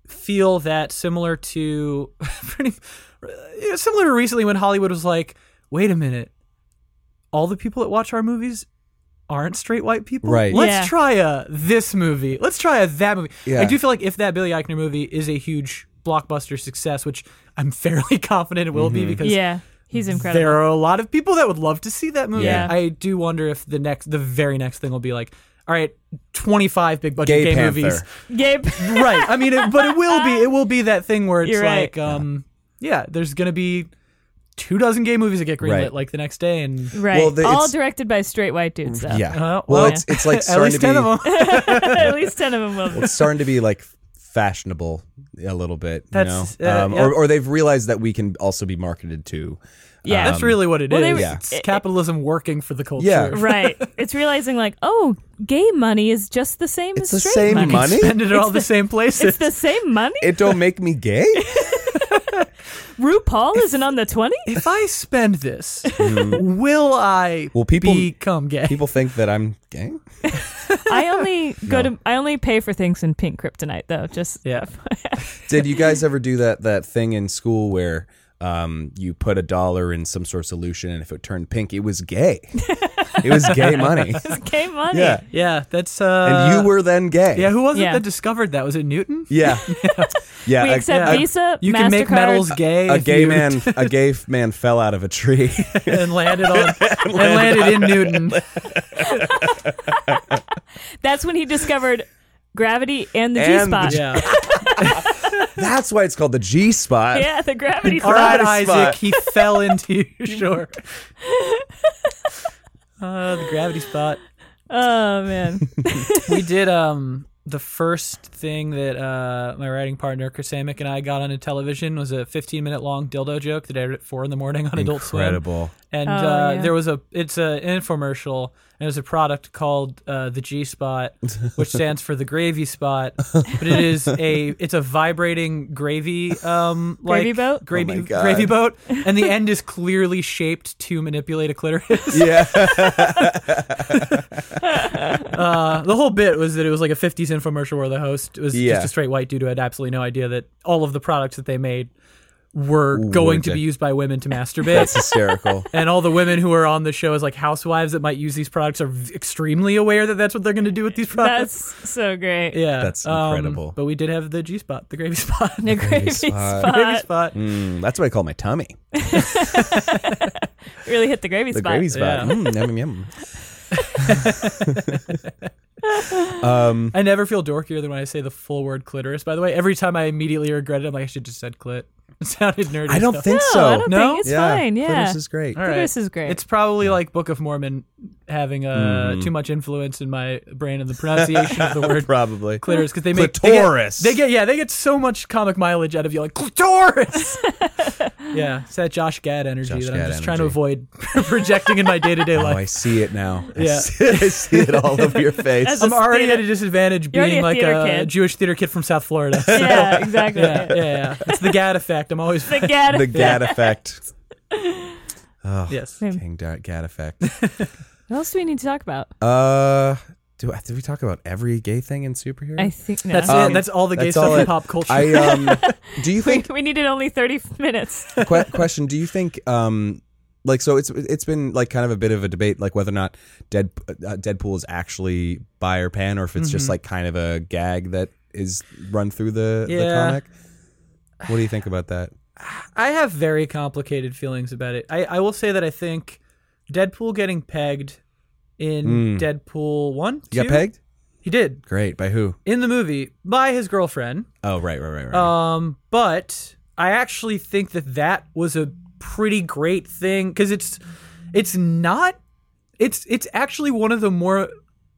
feel that similar to pretty uh, similar to recently when Hollywood was like, wait a minute, all the people that watch our movies aren't straight white people. Right. Let's Yeah. try a this movie. Let's try a that movie. Yeah. I do feel like if that Billy Eichner movie is a huge blockbuster success, which I'm fairly confident it will Mm-hmm. be because Yeah. He's incredible. there are a lot of people that would love to see that movie. Yeah. I do wonder if the next, the very next thing will be like, all right, twenty five big budget Gay gay, Panther. movies. Gabe right. I mean, it, but it will be. It will be that thing where it's You're right. like, um, yeah, there's gonna be two dozen gay movies that get greenlit Right. like the next day, and Right. Well, the- All it's- directed by straight white dudes though. Yeah. Uh, well, well, it's it's like at starting least ten to be of them. At least ten of them will be. it's starting to be like fashionable a little bit. That's- you know? uh, um, yeah. or or they've realized that we can also be marketed to. Yeah. That's really what it is. well, they were- It's Yeah. capitalism working for the culture. Yeah. right. It's realizing like, oh, gay money is just the same It's the as straight same money. money. Spend it at all the, same It's places. the same money. It don't make me gay. RuPaul isn't on the twenty. if I spend this, Mm-hmm. will I Well, people- become gay? People think that I'm gay. I only go No. to. I only pay for things in pink kryptonite though. Just yeah. Did you guys ever do that that thing in school where um, you put a dollar in some sort of solution, and if it turned pink, it was gay. it was gay money. Okay, money. Yeah, Yeah, that's uh and you were then gay. Yeah, who was Yeah. it that discovered that? Was it Newton? Yeah, yeah. We a- accept a, Visa, You Mastercard. can make metals gay. a if gay you- man, a gay f- man fell out of a tree. and landed on and landed in Newton. That's when he discovered gravity and the And G spot. the- Yeah. That's why it's called the G spot. Yeah, the gravity All right, spot. Gravity spot. Isaac, he fell into you. Sure. Uh, the gravity spot. Oh man. We did um the first thing that uh, my writing partner Chris Amick and I got onto television was a 15 minute long dildo joke that I aired at four in the morning on Adult Swim. Incredible. and Oh, uh, yeah. there was a it's an infomercial and it's a product called uh, the G spot which stands for the gravy spot but it is a it's a vibrating gravy um like Gravy boat? gravy, Oh my God. gravy boat and the end is clearly shaped to manipulate a clitoris Yeah. uh, the whole bit was that it was like a 50s infomercial where the host was Yeah. just a straight white dude who had absolutely no idea that all of the products that they made were going to dick. be used by women to masturbate It's hysterical. and all the women who are on the show as like housewives that might use these products are extremely aware that that's what they're going to do with these That's products. so great. yeah, That's um, incredible. but we did have the G spot, the gravy spot, The the gravy spot. spot. gravy spot. Mm, that's what I call my tummy. Really hit the gravy The spot. gravy spot. Yeah. Mm, yum, yum, yum. um, I never feel dorkier than when I say the full word clitoris. By the way, every time I immediately regret it, I'm like I should just said clit. It sounded nerdy. I don't stuff. think No, so. I don't No? think it's yeah, fine. Yeah. Clitoris is great. All right. Clitoris is great. It's probably like Book of Mormon having uh, too much influence in my brain and the pronunciation of the word Mm. Probably. clitoris because they make Clitoris. They get, they get- yeah, they get so much comic mileage out of you, like clitoris. yeah, it's that Josh Gad energy Josh that I'm Gad just trying to energy. avoid projecting in my day to day Oh, I life. see it now. I Yeah. see, I see it all over your face. As a I'm already theater- at a disadvantage You're already being a like theater a kid. Jewish theater kid from South Florida. yeah, yeah, exactly. yeah, yeah. It's the Gad effect. I'm always The gad. the Gad effect. Oh, yes. King Da- Gad effect. what else do we need to talk about? Uh, do I- did we talk about every gay thing in superhero? Um, I think no. That's it. That's all the gay That's stuff all in it- pop culture. I um, do you we, think we needed only 30 minutes. que- question do you think um like so it's it's been like kind of a bit of a debate like whether or not Dead, uh, deadpool is actually bi or pan or if it's Mm-hmm. just like kind of a gag that is run through the, the Yeah. comic what do you think about that I have very complicated feelings about it. I, I will say that I think Deadpool getting pegged in Hmm. Mm. Deadpool one. you two? got pegged He did great by who in the movie by his girlfriend. oh right right right right Um, but I actually think that that was a pretty great thing because it's it's not it's it's actually one of the more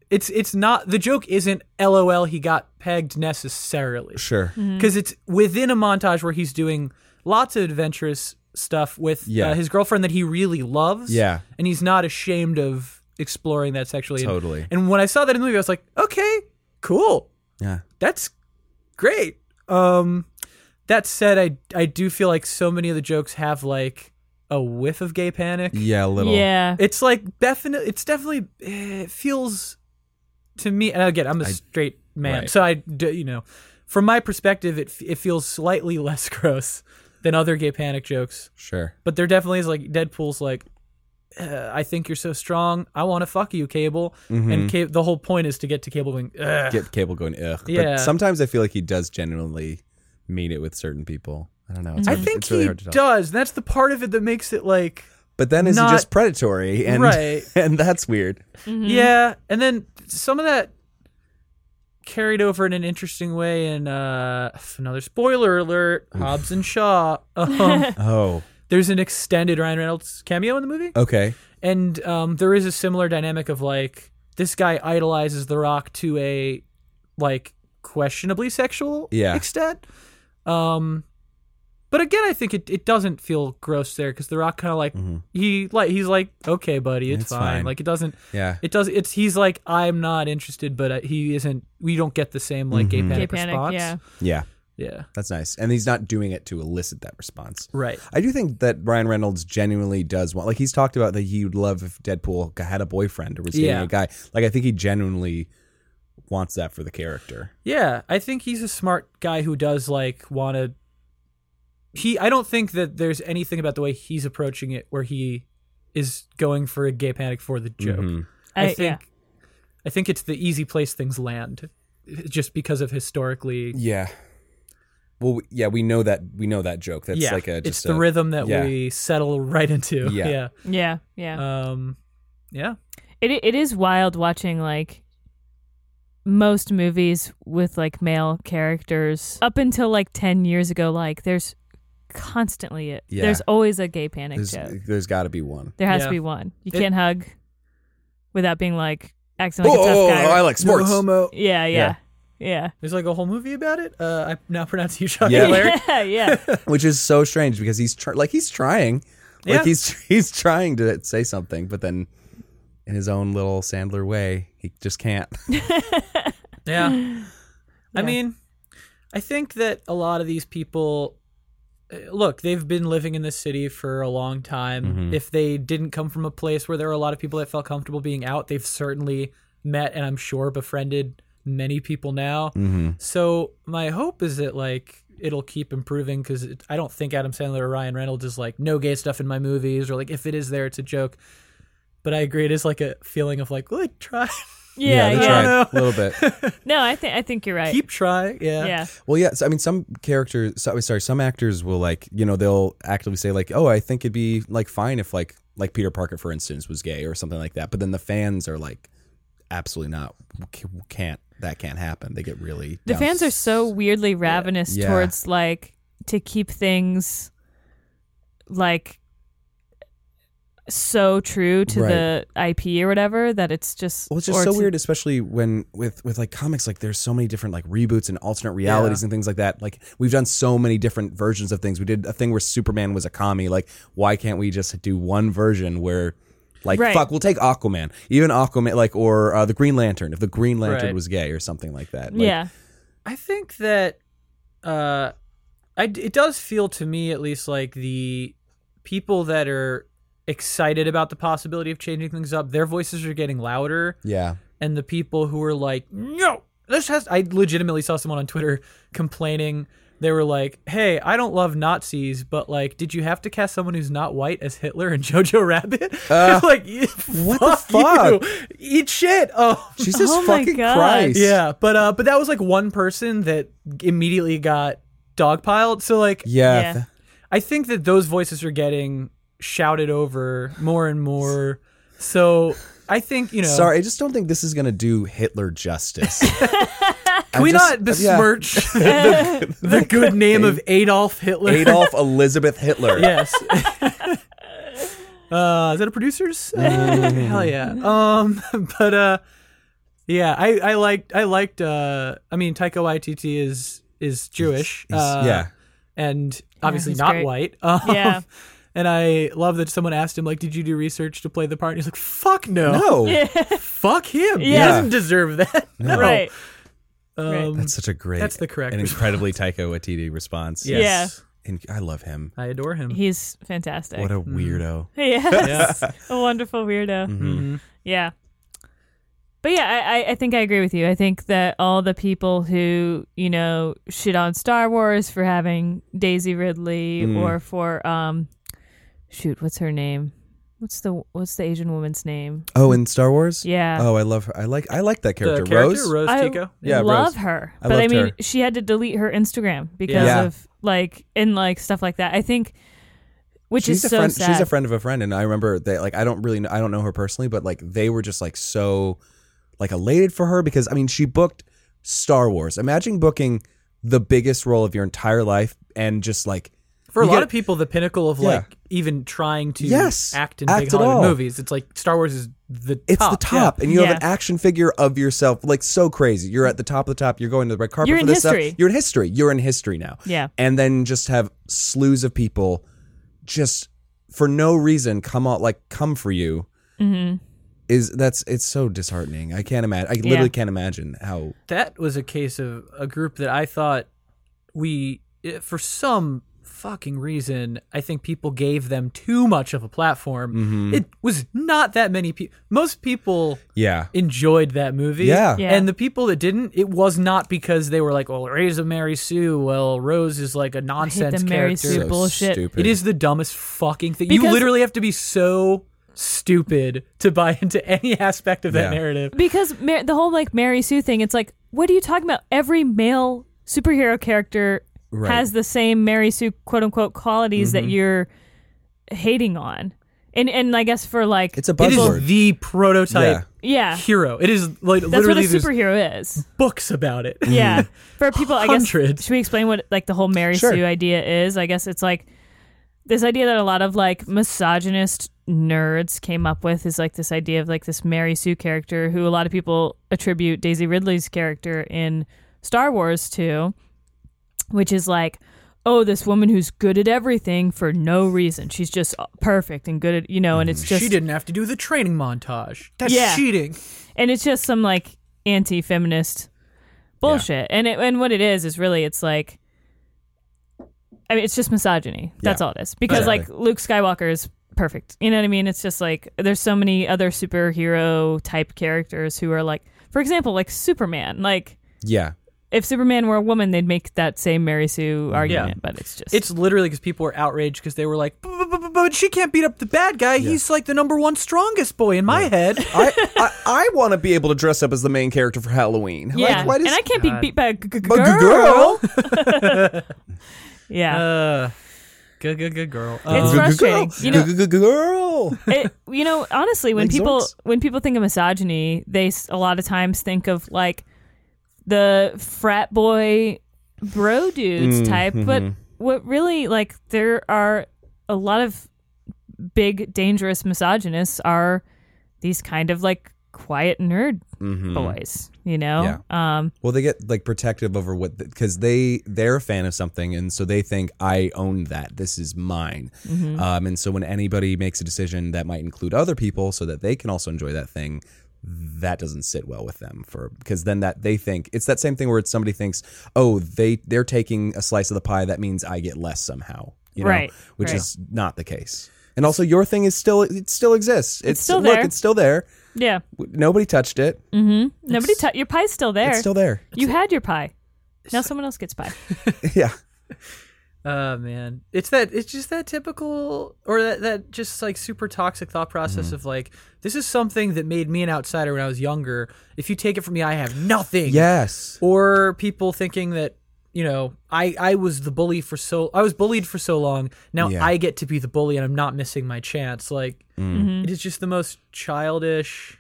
it's it's not the joke isn't lol he got pegged necessarily sure because it's within a montage where he's doing lots of adventurous stuff with Yeah. uh, his girlfriend that he really loves Yeah. and he's not ashamed of exploring that sexually And- Totally. and when i saw that in the movie i was like okay cool yeah that's great. Um, that said, I I do feel like so many of the jokes have like a whiff of gay panic. yeah a little Yeah. It's like definitely, it's definitely eh, it feels to me. And again, I'm a straight man, right. so I d- you know, from my perspective, it f- it feels slightly less gross than other gay panic jokes. sure But there definitely is like Deadpool's like. Uh, I think you're so strong. I want to fuck you, Cable. Mm-hmm. And Ca- the whole point is to get to Cable going. Ugh. get cable going ugh Yeah. but sometimes i feel like he does genuinely mean it with certain people i don't know it's I hard- think Mm, it's really he hard to tell. does. That's the part of it that makes it like, but then is not- he just predatory and Right. and that's weird yeah. And then some of that carried over in an interesting way in uh, another spoiler alert: Hobbs and Shaw. Um, oh there's an extended Ryan Reynolds cameo in the movie, okay and um, there is a similar dynamic of like this guy idolizes The Rock to a like questionably sexual Yeah. extent. Um, but again, I think it, it doesn't feel gross there because The Rock kind of like he like he's like okay, buddy, it's, Mm-hmm. It's fine. fine. Like it doesn't yeah it does it's he's like I'm not interested, but uh, he isn't. We don't get the same like Mm-hmm. gay Gay panic panic. response. Yeah. Yeah, yeah, that's nice. And he's not doing it to elicit that response. right. I do think that Ryan Reynolds genuinely does want, like, he's talked about that he would love if Deadpool g- had a boyfriend or was dating Yeah. a guy. Like, I think he genuinely wants that for the character. Yeah, I think he's a smart guy who does like want to he I don't think that there's anything about the way he's approaching it where he is going for a gay panic for the joke. Mhm. I I- think yeah. I think it's the easy place things land just because of historically Yeah. Well, we- yeah, we know that we know that joke. That's yeah, like a just it's the a- rhythm that yeah. we settle right into. Yeah. Yeah, yeah. yeah. Um yeah. it it is wild watching like most movies with like male characters up until like 10 years ago like there's constantly it Yeah. there's always a gay panic there's, joke there's got to be one. there has Yeah. to be one you It- can't hug without being like acting like a tough guy like homo. yeah yeah yeah There's like a whole movie about it. Uh, I now pronounce you Chuck Yeah. Blair. yeah yeah which is so strange because he's tr- like he's trying, like Yeah. he's he's trying to say something, but then in his own little Sandler way, he just can't. Yeah. I mean, I think that a lot of these people uh, look, they've been living in this city for a long time. If they didn't come from a place where there were a lot of people that felt comfortable being out, they've certainly met and I'm sure befriended many people now. So, my hope is that like it'll keep improving cuz it, I don't think Adam Sandler or Ryan Reynolds is like no gay stuff in my movies or like if it is there it's a joke. But I agree it is like a feeling of like, well, try yeah, they yeah. tried a little bit. no i think i think you're right keep trying. yeah Well, yeah. So, I mean, some characters. So, sorry, some actors will like you know they'll actively say like, "Oh, I think it'd be like fine if like like Peter Parker, for instance, was gay or something like that." But then the fans are like, "Absolutely not. C- Can't that can't happen?" They get really the down- fans are so weirdly ravenous Yeah. towards like to keep things like so true to the IP or whatever that it's just Well, it's just or so to- weird, especially when with with like comics, like there's so many different like reboots and alternate realities and things like that. Like we've done so many different versions of things. We did a thing where Superman was a commie. Like why can't we just do one version where, like, Right. fuck, we'll take Aquaman, even Aquaman, like or uh, the Green Lantern if the Green Lantern Right. was gay or something like that. Like, yeah I think that uh, I d it does feel to me at least like the people that are excited about the possibility of changing things up, their voices are getting louder, yeah, and the people who are like, no, this has. I legitimately saw someone on Twitter complaining. They were like, "Hey, I don't love Nazis, but like, did you have to cast someone who's not white as Hitler and Jojo Rabbit?" Uh, like, what what the fuck? you. Eat shit. Oh Jesus Oh my fucking God. Christ. yeah, but uh, but that was like one person that immediately got dogpiled. So like, yeah. Yeah. th- I think that those voices are getting shouted over more and more. So I think you know, Sorry, I just don't think this is gonna do Hitler justice. uh, can we not besmirch? besmirch the, the good name of Adolf Hitler? Adolf Elizabeth Hitler. yes. uh, is that a producer's? Uh, hell yeah. Um, but uh, yeah, I I liked I liked. Uh, I mean, Taika Waititi is is Jewish. He's- uh, yeah. and obviously he's not great. white. Um, Yeah. And I love that someone asked him, like, did you do research to play the part? And he's like, fuck no. No. Fuck him. He Yeah. doesn't deserve that. Oh. No. right Um, That's such a great. That's the correct An incredibly Taika Waititi response. yes. And I love him. I adore him. he's fantastic What a weirdo. yes a wonderful weirdo Mm-hmm. Mhm. yeah but yeah I, I I think I agree with you I think that all the people who you know shit on Star Wars for having Daisy Ridley Mm. or for um shoot what's her name what's the what's the Asian woman's name Oh, in Star Wars? Yeah. Oh, I love her. I like I like that The character. Rose. Rose I Tico. Yeah, love Rose. her. I but I loved mean, her. she had to delete her Instagram because Yeah. of like and like stuff like that. I think, which she's is a so friend. sad. She's a friend of a friend, and I remember they like I don't really know, I don't know her personally, but like they were just like so like elated for her because I mean she booked Star Wars. Imagine booking the biggest role of your entire life and just like For a You lot get- of people, the pinnacle of Yeah. like even trying to Yes. act in Act big at all. Hollywood movies, it's like Star Wars is the it's top. the yeah. top, and you have an Yeah. action figure of yourself, like so crazy. You're at the top of the top. You're going to the red carpet You're for in this history. stuff. You're in history. You're in history now. Yeah. and then just have slews of people just for no reason come out like come for you. Mm-hmm. Is that's it's so disheartening. I can't imagine. I literally can't imagine how. that was a case of a group that I thought we, eh, for some fucking reason, I think people gave them too much of a platform. Mm-hmm. It was not that many people. Most people Yeah. enjoyed that movie. Yeah. Yeah. And the people that didn't, it was not because they were like, well, Ray's a Mary Sue. Well, Rose is like a nonsense Mary character. Sue So bullshit. Stupid. It is the dumbest fucking thing. you Because- literally have to be so stupid to buy into any aspect of that Yeah. narrative. because Mar- the whole like Mary Sue thing, it's like, what are you talking about? Every male superhero character Right. Mm-hmm. has the same Mary Sue quote unquote qualities that you're hating on, and and I guess for like It's a It buzzword. is the prototype yeah, hero. It is like that's what a literally there's superhero is. books about it. Yeah, for people, I guess. Hundreds. Should we explain what like the whole Mary Sure. Sue idea is? I guess it's like this idea that a lot of like misogynist nerds came up with is like this idea of like this Mary Sue character who a lot of people attribute Daisy Ridley's character in Star Wars to, which is like. Oh, this woman who's good at everything for no reason. She's just uh, perfect and good at you know, and it's just she didn't have to do the training montage. Mm-hmm. That's Yeah. cheating. and it's just some like anti-feminist bullshit. And it, and what it is is really it's like, I mean, it's just misogyny. That's Yeah. all it is. Because Exactly. like Luke Skywalker is perfect. You know what I mean? It's just like there's so many other superhero type characters who are like, for example, like Superman. Like yeah. if Superman were a woman, they'd make that same Mary Sue Mm-hmm. argument. But it's just It's literally because people were outraged because they were like, "B- b- b- but she can't beat up the bad guy. He's like the number one strongest boy in my head. I I, I want to be able to dress up as the main character for Halloween. yeah, Like, why does and I can't be God. beat by a g- g- But girl. girl. Yeah, Uh, good, good, good girl. Uh, It's Um, right. frustrating. You know- girl. it, you know, honestly, when Like people Zords. when people think of misogyny, they s- a lot of times think of like the frat boy bro dudes Mm, type. mm-hmm. But what really like there are a lot of big dangerous misogynists are these kind of like quiet nerd Mm-hmm. boys. You know, um, Well, they get like protective over what because they they're a fan of something, and so they think I own that. This is mine. Mm-hmm. Um, and so when anybody makes a decision that might include other people, so that they can also enjoy that thing, that doesn't sit well with them for because then that they think it's that same thing where it's somebody thinks, oh, they they're taking a slice of the pie. That means I get less somehow. You know, Right, Which right. is not the case. And also, your thing is still it still exists. It's, still look, there. it's still there. yeah, Mm-hmm. W- Nobody touched it. nobody. T- your pie's still there. It's still there. you had your pie. Now someone else gets pie. yeah. Oh man, it's that it's just that typical or that that just like super toxic thought process of like this is something that made me an outsider when I was younger. If you take it from me, I have nothing. Yes. Or people thinking that you know I I was the bully for so I was bullied for so long. Now Yeah. I get to be the bully, and I'm not missing my chance. Like Mm-hmm. it is just the most childish.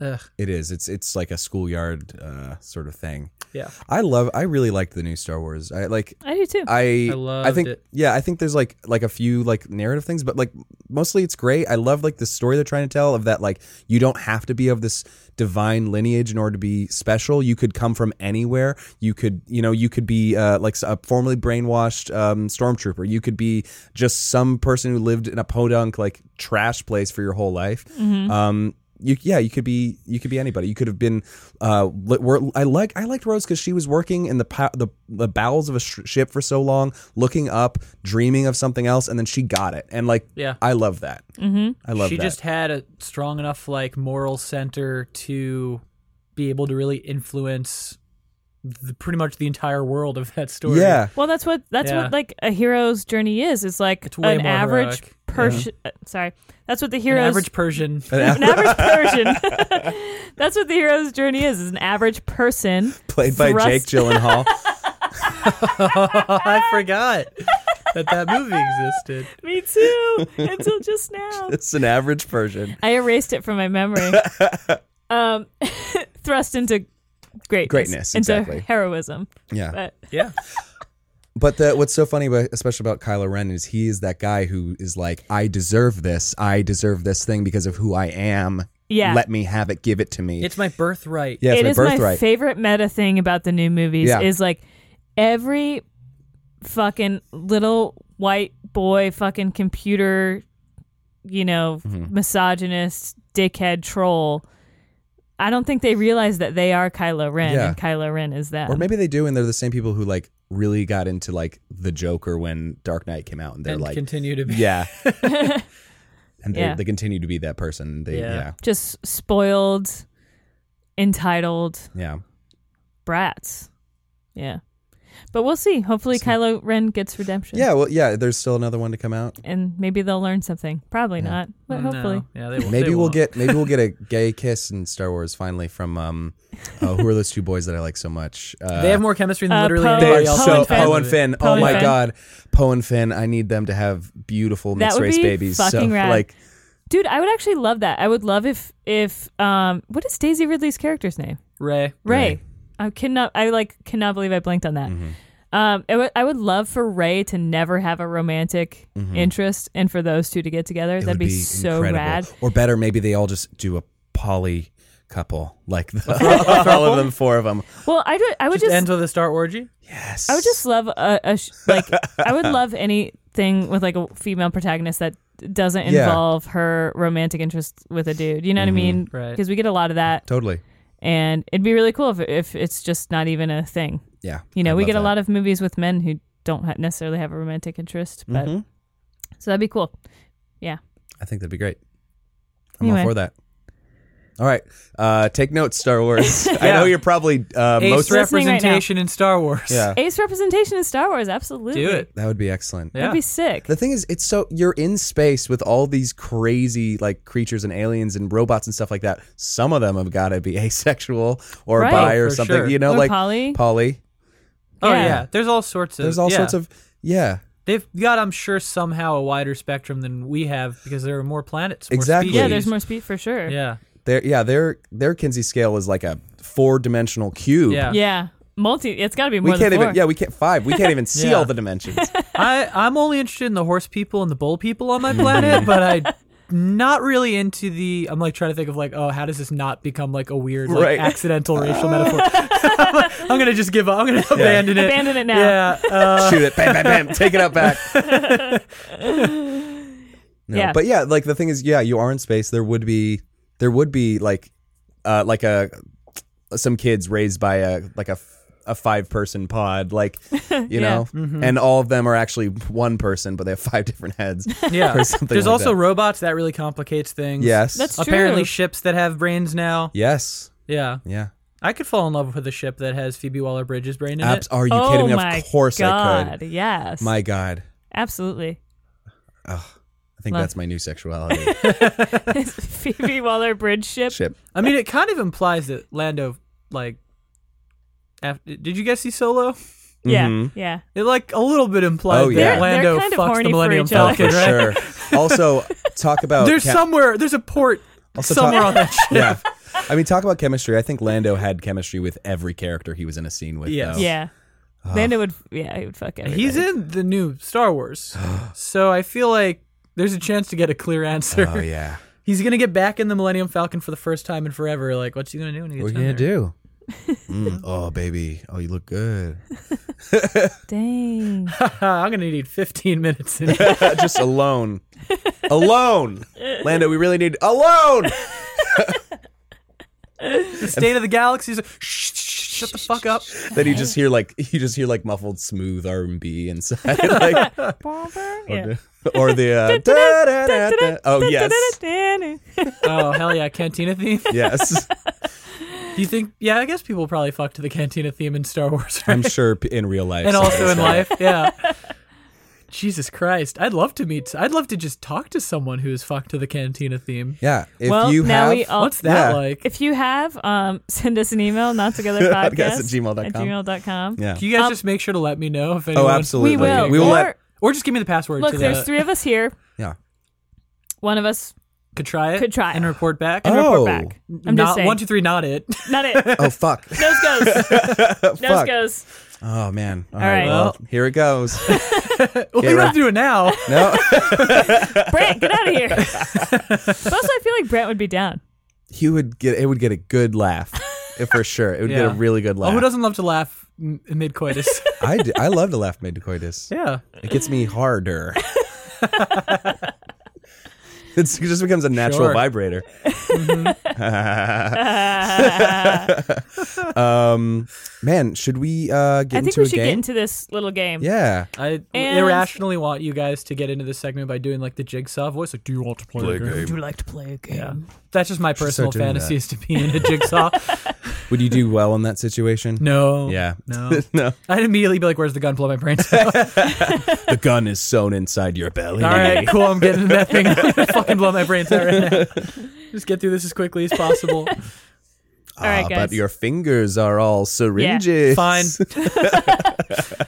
Ugh, It is. It's it's like a schoolyard uh, sort of thing. yeah. I love. I really liked the new Star Wars. I like. I do too. I I loved I think it. yeah. I think there's like like a few like narrative things, but like mostly it's great. I love like the story they're trying to tell of that like you don't have to be of this divine lineage in order to be special. You could come from anywhere. You could you know you could be uh, like a formerly brainwashed um, stormtrooper. You could be just some person who lived in a podunk like trash place for your whole life. Mm-hmm. Um, you yeah you could be you could be anybody you could have been uh li- wor- I like I liked Rose because she was working in the pow- the the bowels of a sh- ship for so long looking up dreaming of something else and then she got it and like Yeah. I love that mm-hmm. I love she that just had a strong enough like moral center to be able to really influence the, pretty much the entire world of that story. yeah Well, that's what that's Yeah. what like a hero's journey is. It's like It's way an more average heroic. Persian. uh, Sorry, that's what the An hero's average Persian. Oh, an average Persian. that's what the hero's journey is. Is an average person played by thrust- Jake Gyllenhaal I forgot that that movie existed. Me too. Until just now, it's an average Persian I erased it from my memory. um, thrust into greatness, Greatness, into exactly. heroism. yeah But Yeah. But the, what's so funny, about, especially about Kylo Ren, is he is that guy who is like, I deserve this. I deserve this thing because of who I am. Yeah. Let me have it. Give it to me. It's my birthright. yeah, it's it my is my birthright. favorite meta thing about the new movies Yeah. is like every fucking little white boy fucking computer you know Mm-hmm. misogynist dickhead troll i don't think they realize that they are kylo ren Yeah. and kylo ren is that or maybe they do, and they're the same people who like really got into like the Joker when Dark Knight came out, and they're and like, continue to be. yeah, and they, Yeah. they continue to be that person. They, Yeah. yeah, Just spoiled, entitled yeah, brats. Yeah. But we'll see. Hopefully Kylo Ren gets redemption. yeah. Well, yeah. There's still another one to come out. And maybe they'll learn something. Probably not, but No. hopefully. Yeah, they won't. Maybe They we'll won't. get maybe we'll get a gay kiss in Star Wars finally from um, uh, who are those two boys that I like so much? Uh, They have more chemistry than Uh, literally Poe- They are anybody else. so and Finn. Poe and Finn. Poe oh and my Finn. god, Poe and Finn. I need them to have beautiful That mixed would race be babies. so fucking rad. like Dude, I would actually love that. I would love if if um what is Daisy Ridley's character's name? Ray. Ray. Ray. Mm-hmm. I cannot I like cannot believe I blinked on that. Um I would- I would love for Ray to never have a romantic interest and for those two to get together. Mm-hmm. it That'd would be, be, so incredible. rad. Or better, maybe they all just do a poly couple, like the, all of them, four of them. Well, I do, I would Just, just ends with a star orgy. Yes, I would just love a, a sh- like I would love anything with like a female protagonist that doesn't Yeah. Mm-hmm. involve her romantic interest with a dude. You know what I mean? Right. Because we get a lot of that, totally. and it'd be really cool if if it's just not even a thing. Yeah, You know, I'd we love get a that. lot of movies with men who don't ha- necessarily have a romantic interest, but so that'd be cool. Yeah. I think that'd be great. I'm Anyway. all for that. All right, uh, take notes, Star Wars. I Yeah. know you're probably uh, Ace most. Listening right representation in Star Wars. yeah, Ace representation in Star Wars, absolutely. Do it. that would be excellent. Yeah. That'd be sick. The thing is, it's so you're in space with all these crazy like creatures and aliens and robots and stuff like that. Some of them have got to be asexual or Right. bi Oh, or for something, sure. you know, Or like poly. poly. Oh Yeah. yeah. There's all sorts of There's all yeah. sorts of yeah, They've got, I'm sure, somehow a wider spectrum than we have because there are more planets. More Exactly. Species. Yeah, there's more speed for sure. Yeah. their yeah their their Kinsey scale is like a four dimensional cube. Yeah. Yeah. Multi. It's got to be more we than can't even four. yeah we can't five we can't even see Yeah. all the dimensions. I I'm only interested in the horse people and the bull people on my planet, but I. Not really into the. I'm like trying to think of like, oh, how does this not become like a weird, like Right. accidental racial metaphor? I'm gonna just give up. I'm gonna abandon it. Abandon it now. Yeah. Uh, Shoot it, bam, bam, bam, take it out back. No, Yeah. But yeah, like the thing is, yeah, you are in space. There would be, there would be like, uh, like a, some kids raised by a like a, a five person pod, like, you know, and all of them are actually one person, but they have five different heads. yeah. Or something There's like also that. robots that really complicates things. yes. That's true. Apparently, ships that have brains now. yes. Yeah. Yeah. I could fall in love with a ship that has Phoebe Waller Bridge's brain in Abs- it. are you oh kidding me? my Of course God. I could. Yes. My God. Absolutely. I think Love. that's my new sexuality. Phoebe Waller Bridge ship. Ship. I mean, it kind of implies that Lando, like, after, did you guys see Solo? Yeah. Mhm. Yeah. It like a little bit implies Oh, that yeah. They're- Lando they're kind of fucks horny the for Millennium each other. Falcon, For right? sure. Also, talk about There's Cap- somewhere, there's a port Also somewhere talk- on that ship. yeah. I mean, talk about chemistry. I think Lando had chemistry with every character he was in a scene with. Yes. though. Yeah. Lando would. Yeah, he would fuck everybody. He's in the new Star Wars, so I feel like there's a chance to get a clear answer. Oh yeah. He's gonna get back in the Millennium Falcon for the first time in forever. Like, what's he gonna do when he gets What are you in gonna there? do? Mm, oh baby. Oh, you look good. Dang. I'm gonna need 15 minutes. In Just alone. Alone. Lando, we really need alone. the state of the galaxy is shh, shh, shut the fuck up. then you just hear like you just hear like muffled smooth R and B inside. like Yeah. or the uh, da, da, da, da. Oh yes. Oh hell yeah, Cantina theme. Yes. Do you think? Yeah, I guess people probably fuck to the Cantina theme in Star Wars, right? I'm sure p- in real life. and also in somebody's- life. Yeah. Jesus Christ, I'd love to meet. I'd love to just talk to someone who is fucked to the Cantina theme. Yeah. If Well, you now have we all- What's that Yeah. like? Oh, If you have, um, send us an email, not together podcast Podcast at gmail.com. At gmail.com. Yeah. Can you guys just make sure to let me know if anyone? Oh, absolutely. We will. We will or, let Or just give me the password. look, to there's the, three of us here. Yeah. One of us Could try it. Could try and it. report back. can Oh. report back. I'm not just saying. one, two, three. Not it. Not it. Oh fuck. Nose goes. Nose fuck. goes. Oh man. All right. right. Well, here it goes. well, you don't right. have to do it now. No. Brant, get out of here. but also, I feel like Brant would be down. he would get it would get a good laugh eh, for sure it would get Yeah. a really good Oh, laugh who doesn't love to laugh m- mid coitus? I, do- I love to laugh mid coitus yeah. it gets me harder It's, it just becomes a natural Sure. vibrator. Mm-hmm. um, man, should we uh, get I think into we a should game? get into this little game. yeah. I And- irrationally want you guys to get into this segment by doing like the jigsaw voice. Like, do you want to play, a game? Would you like to play a game? That's just my Should personal start doing fantasy that. is to be in a jigsaw. Would you do well in that situation? no. Yeah. No. no. I'd immediately be like, "Where's the gun? Blow my brains out." The gun is sewn inside your belly. All right, cool. I'm getting into that thing. I'm gonna fucking blow my brains out right now. Just get through this as quickly as possible. All right, Ah, guys. But your fingers are all syringes. Fine.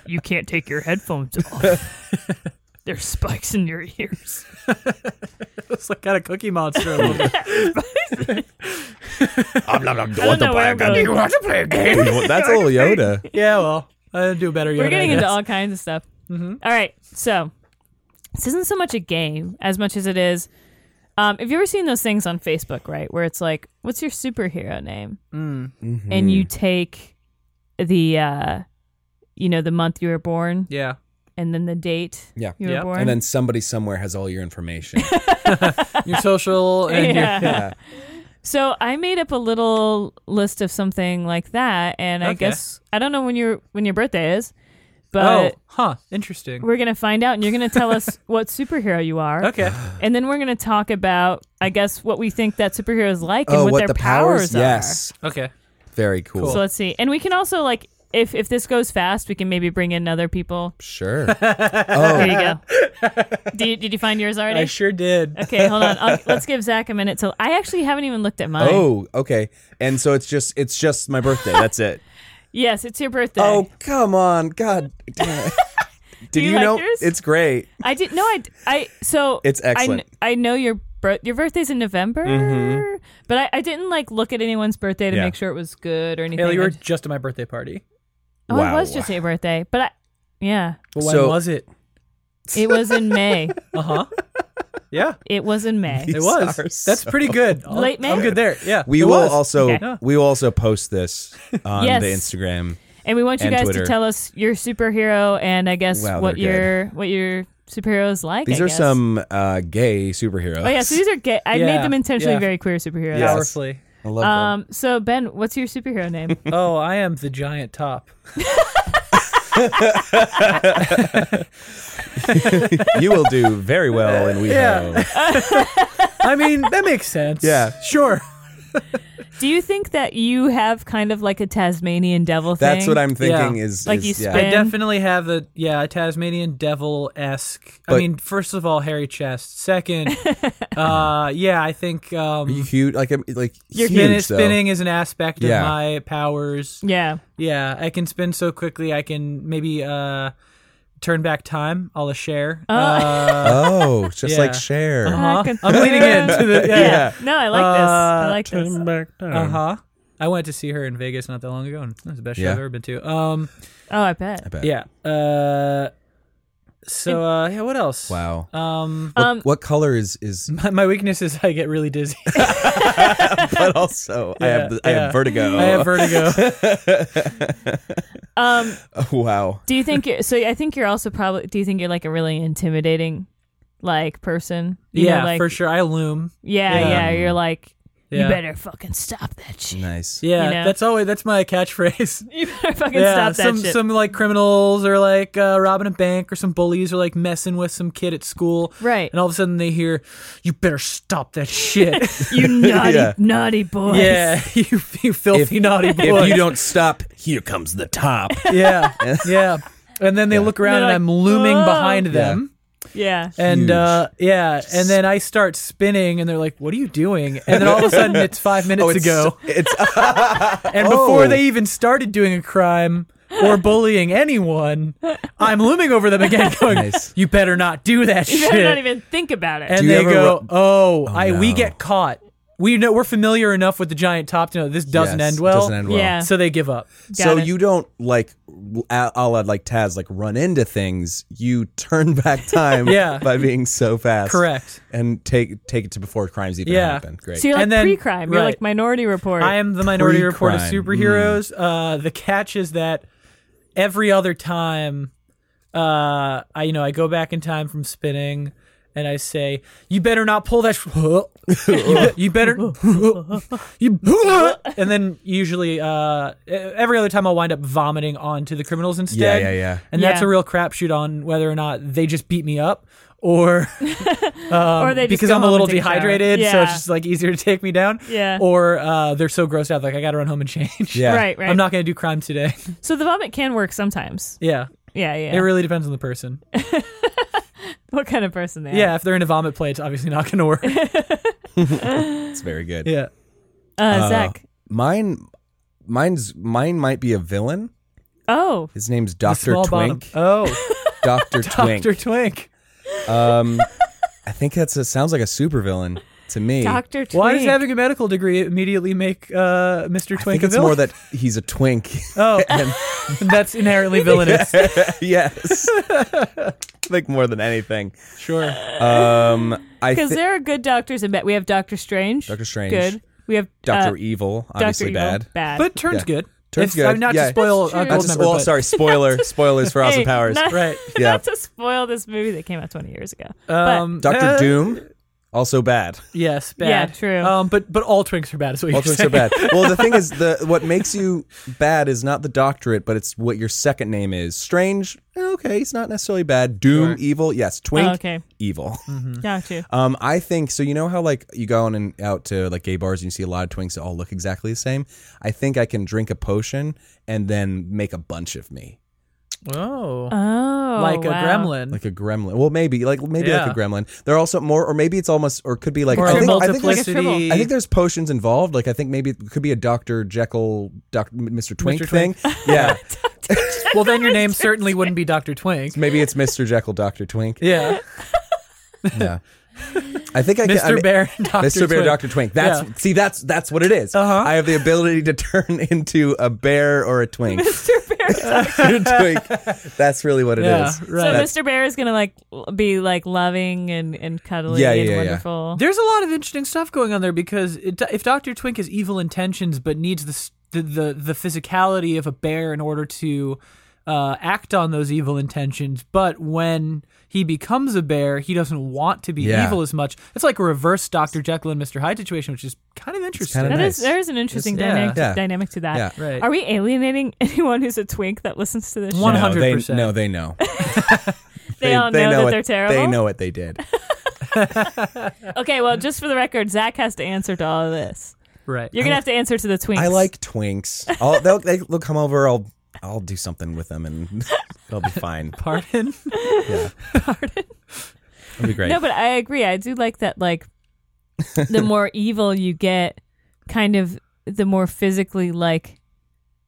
You can't take your headphones off. There's spikes in your ears. It's like kind of Cookie Monster. a little bit. Ah, blah, blah, blah, I don't know where I'm blah, blah, going. blah. want to play a game? That's all Yoda. Yeah, well, I do better. We're Yoda, getting I into guess. all kinds of stuff. Mm-hmm. All right, so this isn't so much a game as much as it is. Um, have you ever seen those things on Facebook, right, where it's like, "What's your superhero name?" Mm. Mm-hmm. and you take the, uh, you know, the month you were born Yeah. and then the date Yeah. you were Yep. born, And then somebody somewhere has all your information. Your social and your yeah. So I made up a little list of something like that, and I Okay. guess I don't know when your when your birthday is, but oh, huh, interesting. we're gonna find out, and you're gonna tell us what superhero you are, Okay, and then we're gonna talk about, I guess, what we think that superhero is like and oh, what, what their the powers? are. Yes. okay, Very cool. Cool. So let's see, and we can also like if if this goes fast, we can maybe bring in other people. Sure. There Oh, you go. did, you, did you find yours already? I sure did. okay, hold on. I'll, let's give Zach a minute. So I actually haven't even looked at mine. oh, okay. And so it's just it's just my birthday. That's it. Yes, it's your birthday. Oh, come on. God damn it. Did you you, like know yours? it's greght? I did no, I I so It's excellent. Mm-hmm. I, kn- I know your bir- your birthday's in November, but I, I didn't like look at anyone's birthday to Yeah. make sure it was good or anything. Haley, you I were just- just at my birthday party. oh, it Wow. was just your birthday, but I yeah, But when So- was it? it was in May. Uh huh. Yeah, It was in May. it was. are That's so- pretty good. I'll- Late May? I'm good there. Yeah, We it will was. also Okay. we will also post this on Yes. the Instagram. And we want you And guys Twitter. to tell us your superhero and I guess Wow, what they're your good. what your superhero is like. These I are guess. some uh, gay superheroes. Oh yeah, so these are gay. I Yeah, made them intentionally yeah. very queer superheroes. Yes. powerfully. I love them. Um. So Ben, what's your superhero name? Oh, I am the giant top. You will do very well and we Yeah. know. I mean, that makes sense. Yeah. sure. Do you think that you have kind of like a Tasmanian devil thing? That's what I'm thinking Yeah. is Like is- you yeah. I spin- Ben? definitely have a yeah a Tasmanian devil esque. I But- mean, first of all, hairy chest. Second, uh, yeah, I think um, Are you huge? Like I'm- like Your huge, spin- though. spinning is an aspect Yeah. of my powers. Yeah. Yeah, I can spin so quickly. I can maybe uh, turn back time. I'll a share. Uh, Oh, just Yeah. like share. uh-huh. Back and I'm leaning into the Yeah. yeah. No, I like this. I like this. Uh huh. I went to see her in Vegas not that long ago, and that was the best show Yeah. I've ever been to. Um, Oh, I bet. I bet. yeah. Uh, so uh, yeah, what else? Wow. Um, What, Um, what color is is? my, my weakness is I get really dizzy. But also, I Yeah, have the, I yeah. have vertigo. I have vertigo. Um, oh, wow. do you think you're, so? I think you're also probably. Do you think you're like a really intimidating, like person? You know, yeah, like, for sure. I loom. Yeah, yeah, Yeah. You're like, Yeah. you better fucking stop that shit. Nice. Yeah, You know? that's always that's my catchphrase. You better fucking stop that some shit. some like criminals or like uh, robbing a bank or some bullies are like messing with some kid at school, Right. And all of a sudden they hear, "You better stop that shit." you naughty, Yeah. naughty boy. yeah, you, you filthy naughty boy. If you don't stop, here comes the top. yeah, yeah. And then they look around They're and I'm like, looming "Whoa." behind them. yeah. And Huge. uh, yeah, and then I start spinning, and they're like, "What are you doing?" And then all of a sudden, it's five minutes ago, Oh, It's and before oh. they even started doing a crime or bullying anyone, I'm looming over them again, going, Nice. "You better not do that You shit." better not even think about it. and Do you they ever go, ru- "Oh, I we no. get caught. We know we're familiar enough with the giant top to know this doesn't Yes, end well. Doesn't end well. Yeah. So they give up. Got So it. you don't like a a la like Taz like run into things. You turn back time Yeah. by being so fast. Correct. And take take it to before crimes even Yeah. happen. Great. So you're like and then- pre-crime. You're right. like Minority Report. I am the minority report of Pre-crime. Mm. superheroes. Uh, the catch is that every other time, uh, I you know I go back in time from spinning, and I say, "You better not pull that. Sh- you, be- you better. you, and then usually, uh, every other time, I'll wind up vomiting onto the criminals instead. yeah, yeah. And that's Yeah. a real crapshoot on whether or not they just beat me up or or they just because go I'm a home little and take a shower. dehydrated, Yeah. so it's just like easier to take me down. Yeah. Or uh, they're so grossed out, like I got to run home and change. Yeah. Right, right. I'm not gonna do crime today. so the vomit can work sometimes. yeah. Yeah, yeah. It really depends on the person. what kind of person they are. Yeah, if they're in a vomit play, it's obviously not going to work. It's very good. yeah. Uh, Zach. Mine, mine's mine might be a villain. Oh, His name's Doctor Small bottom. Twink. Oh, Doctor Twink. Dr. Twink. Um, I think that's it. Sounds like a supervillain to me. Doctor Twink. Why does having a medical degree immediately make uh, Mr. I Twink think a it's more villain? that he's a twink. oh, that's inherently villainous. yes. I think more than anything. Sure. Um, I Because think there are good doctors in bed. We have Doctor Strange. Doctor Strange. Good. We have Doctor uh, Evil, Dr. obviously Evil, bad. Bad. But turns Yeah. good. Turns If- good, I'm not yeah. to spoil That's uh, true. Not Gold to, Member, oh, but- sorry, spoiler, spoilers for Austin Powers. Not, Right. Yeah. not to spoil this movie that came out 20 years ago. Um, Doctor uh, Doom, also bad. Yes, bad. Yeah, true. Um, but but all twinks are bad. Is what All you're twinks saying. are bad. Well, the thing is, the what makes you bad is not the doctorate, but it's what your second name is. Strange, eh, okay, he's not necessarily bad. Doom, Sure. evil, yes. Twink, Oh, okay. evil. Mm-hmm. but got you. Um, I think so. You know how like you go on and out to like gay bars and you see a lot of twinks that all look exactly the same. I think I can drink a potion and then make a bunch of me, Oh, Oh, like a wow. gremlin. like a gremlin. Well, maybe like maybe Yeah. like a gremlin. They're also more, or maybe it's almost, or could be like or I a think, I think there's- multiplicity. tribble. I think there's potions involved. Like I think maybe it could be a Doctor Jekyll, Doctor Mr. Twink Mr. thing. Twink. yeah, well, then your name certainly wouldn't be Doctor Twink. maybe it's Mr. Jekyll, Doctor Twink. Yeah, Yeah, I think I can. I Mr. mean- Bear, Doctor Mr. Bear, Twink. Doctor Twink. That's Yeah. see, that's that's what it is. Uh-huh. I have the ability to turn into a bear or a twink. Mr. Bear. Your twink. That's really what it is. Yeah, right. So That's- Mr. Bear is gonna like l- be like loving and and cuddly Yeah, and yeah, yeah. wonderful. There's a lot of interesting stuff going on there because it, if Doctor Twink has evil intentions but needs the s- the the, the physicality of a bear in order to uh, act on those evil intentions, but when he becomes a bear, he doesn't want to be Yeah. evil as much. It's like a reverse Dr. Jekyll and Mr. Hyde situation, which is kind of interesting. kinda That nice. is- there is an interesting It's- yeah. dynamic, Yeah. dynamic to that. Yeah. Right. Are we alienating anyone who's a twink that listens to this? One- show? No, they- 100%. No, they know. They, all know, that what- they're terrible. They know what they did. Okay, well, just for the record, Zach has to answer to all of this. Right. You're gonna have to answer to the twinks. I like twinks. I'll, they'll, they, will come over. I'll I'll do something with them, and they'll be fine. Pardon? Yeah, it'll be great. No, but I agree. I do like that. Like, the more evil you get, kind of the more physically like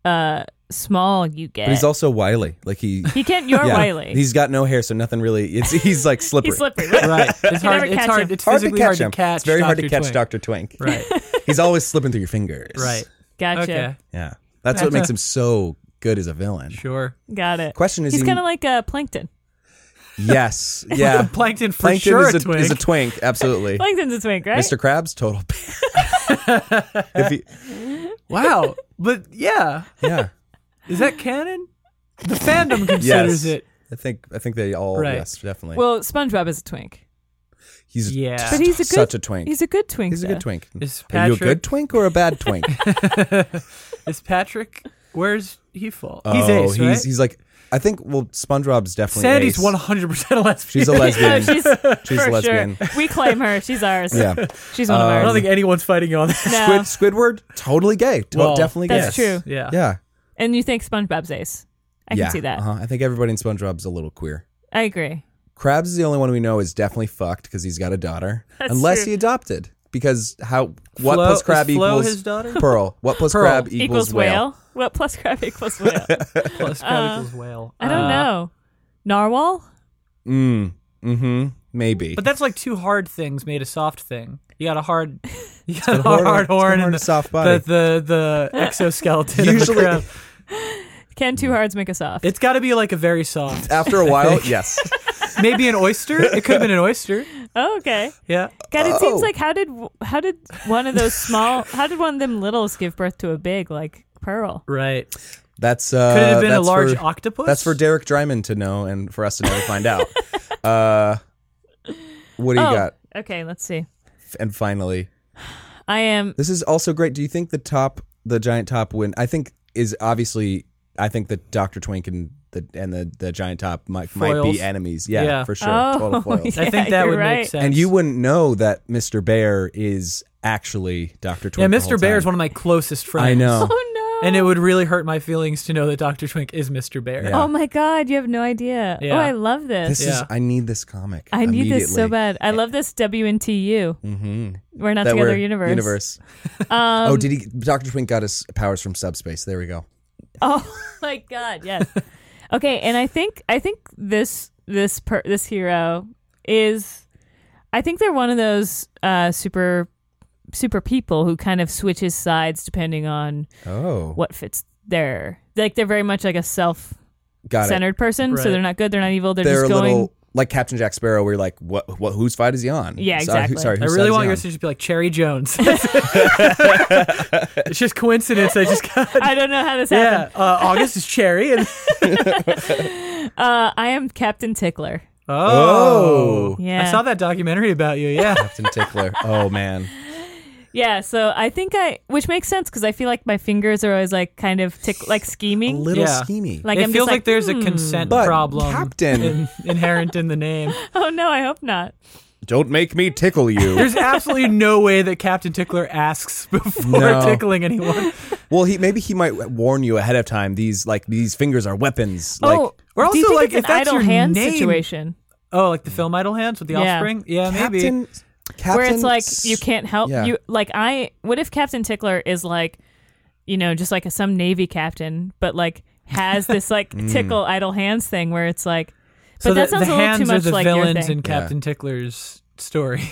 uh small you get. But Eh. he's also wily. Like he. he can't. You're yeah. Wiley. He's got no hair, so nothing really. It's he's like slippery. He's slippery. right? right. It's You never hard. It's catch hard. him. It's hard to physically catch hard him. to catch. it's very hard to Dr. catch Twink. Doctor Twink. Right. He's always slipping through your fingers. Right. Gotcha. Okay. Yeah. That's That's what makes a- him so good as a villain. Sure. Got it. Question is He's he- kind of like a plankton. Yes. Yeah. Plankton for Plankton sure is, a a, twink. is a twink. Absolutely. Plankton's a twink, right? Mr. Krabs, total. if he, wow. But yeah. yeah. Is that canon? The fandom considers it. I think I think they all Right. yes definitely. Well, SpongeBob is a twink. he's Yeah. just But he's a good- such a twink. He's a good twink. He's a though. good twink. Is Are you a Patrick good twink or a bad twink? is Patrick where's he fall? oh, he's ace, he's right? he's like I think well SpongeBob's definitely Sandy's ace. one hundred percent a lesbian. She's a Oh, lesbian. she's, She's for a lesbian. sure. We claim her. She's ours. Yeah. Um, She's one of I ours. don't think anyone's fighting you on that. no, Squid, Squidward, totally gay. To- Well, definitely that's gay. true. Yeah. Yeah. And you think SpongeBob's ace? I yeah. can see that. Uh-huh. I think everybody in SpongeBob's a little queer. I agree. Krabs is the only one we know is definitely fucked because he's got a daughter, That's unless true. he adopted. Because how Flo- what plus crab is Flo equals his daughter? Pearl. What plus Pearl. crab equals, whale? What plus crab equals whale? Plus crab equals whale. I don't Uh, know. Narwhal? Mm. Mm-hmm. Maybe. But that's like two hard things made a soft thing. You got a hard you got a horn- hard, horn it's got horn and and the a soft body. The the, the exoskeleton. of the Usually- crab. Can two hearts make a soft? it's gotta be like a very soft. after a while, yes. Maybe an oyster? It could have been an oyster. oh, okay. Yeah. God, it seems Oh. like how did how did one of those small how did one of them littles give birth to a big like pearl? Right. That's uh Could it have been a that's large for, octopus? That's for Derek Dryman to know and for us to never find out. Uh What do you oh, got? okay. Let's see. F- And finally, I am. this is also great. Do you think the top, the giant top win? I think is obviously. I think that Doctor Twink and the and the, the giant top might might Foils. be enemies. Yeah, Yeah. for sure. Oh, Total foils. I think that Yeah, you're would right. make sense. And you wouldn't know that Mr. Bear is actually Doctor yeah, Twink. the whole Mr. Bear is time. one of my closest friends. I know. Oh no. And it would really hurt my feelings to know that Doctor Twink is Mr. Bear. Yeah. Oh my god, you have no idea. Yeah. Oh, I love this. This is. Yeah. I need this comic. I need this so immediately. bad. I love this WNTU. Mm-hmm. We're not That together we're- universe. Um, Universe. oh, did he? Doctor Twink got his powers from subspace. There we go. Oh my god, yes. okay, and I think I think this this per, this hero is I think they're one of those uh super super people who kind of switches sides depending on Oh, what fits their like they're very much like a self-centered got it. person, so Right. they're not good, they're not evil, they're, They're a just going little like Captain Jack Sparrow. We're like, what? What? Whose side is he on? Yeah, Sorry, who- exactly. Sorry, I whose really side want yours is he to just be like Cherry Jones. it's just coincidence. I just got I don't know how this happened. yeah. Uh, August is Cherry, and Uh, I am Captain Tickler. oh, Yeah. I saw that documentary about you. Yeah, on? Captain Tickler. Oh man, Yeah, so I think I, which makes sense because I feel like my fingers are always like kind of tick, like a scheming. little Yeah. schemey. Like it I'm feels just like, like, there's "Hmm, a consent But problem Captain- in- inherent in the name. Oh no, I hope not. Don't make me tickle you. There's absolutely no way that Captain Tickler asks before No. tickling anyone. well, he maybe he might warn you ahead of time. These like these fingers are weapons. Like, oh, we're do you also think like, if it's an that's idle your hand name- situation Oh, like the film Idle Hands with the Yeah. offspring? Yeah, maybe. Captain, Captain. where it's like S- you can't help yeah. you. Like I, what if Captain Tickler is like, you know, just like some Navy captain, but like has this like tickle idle hands thing where it's like, but Mm. so the, that sounds the a little hands too are much the like your villains thing. in Captain Tickler's story.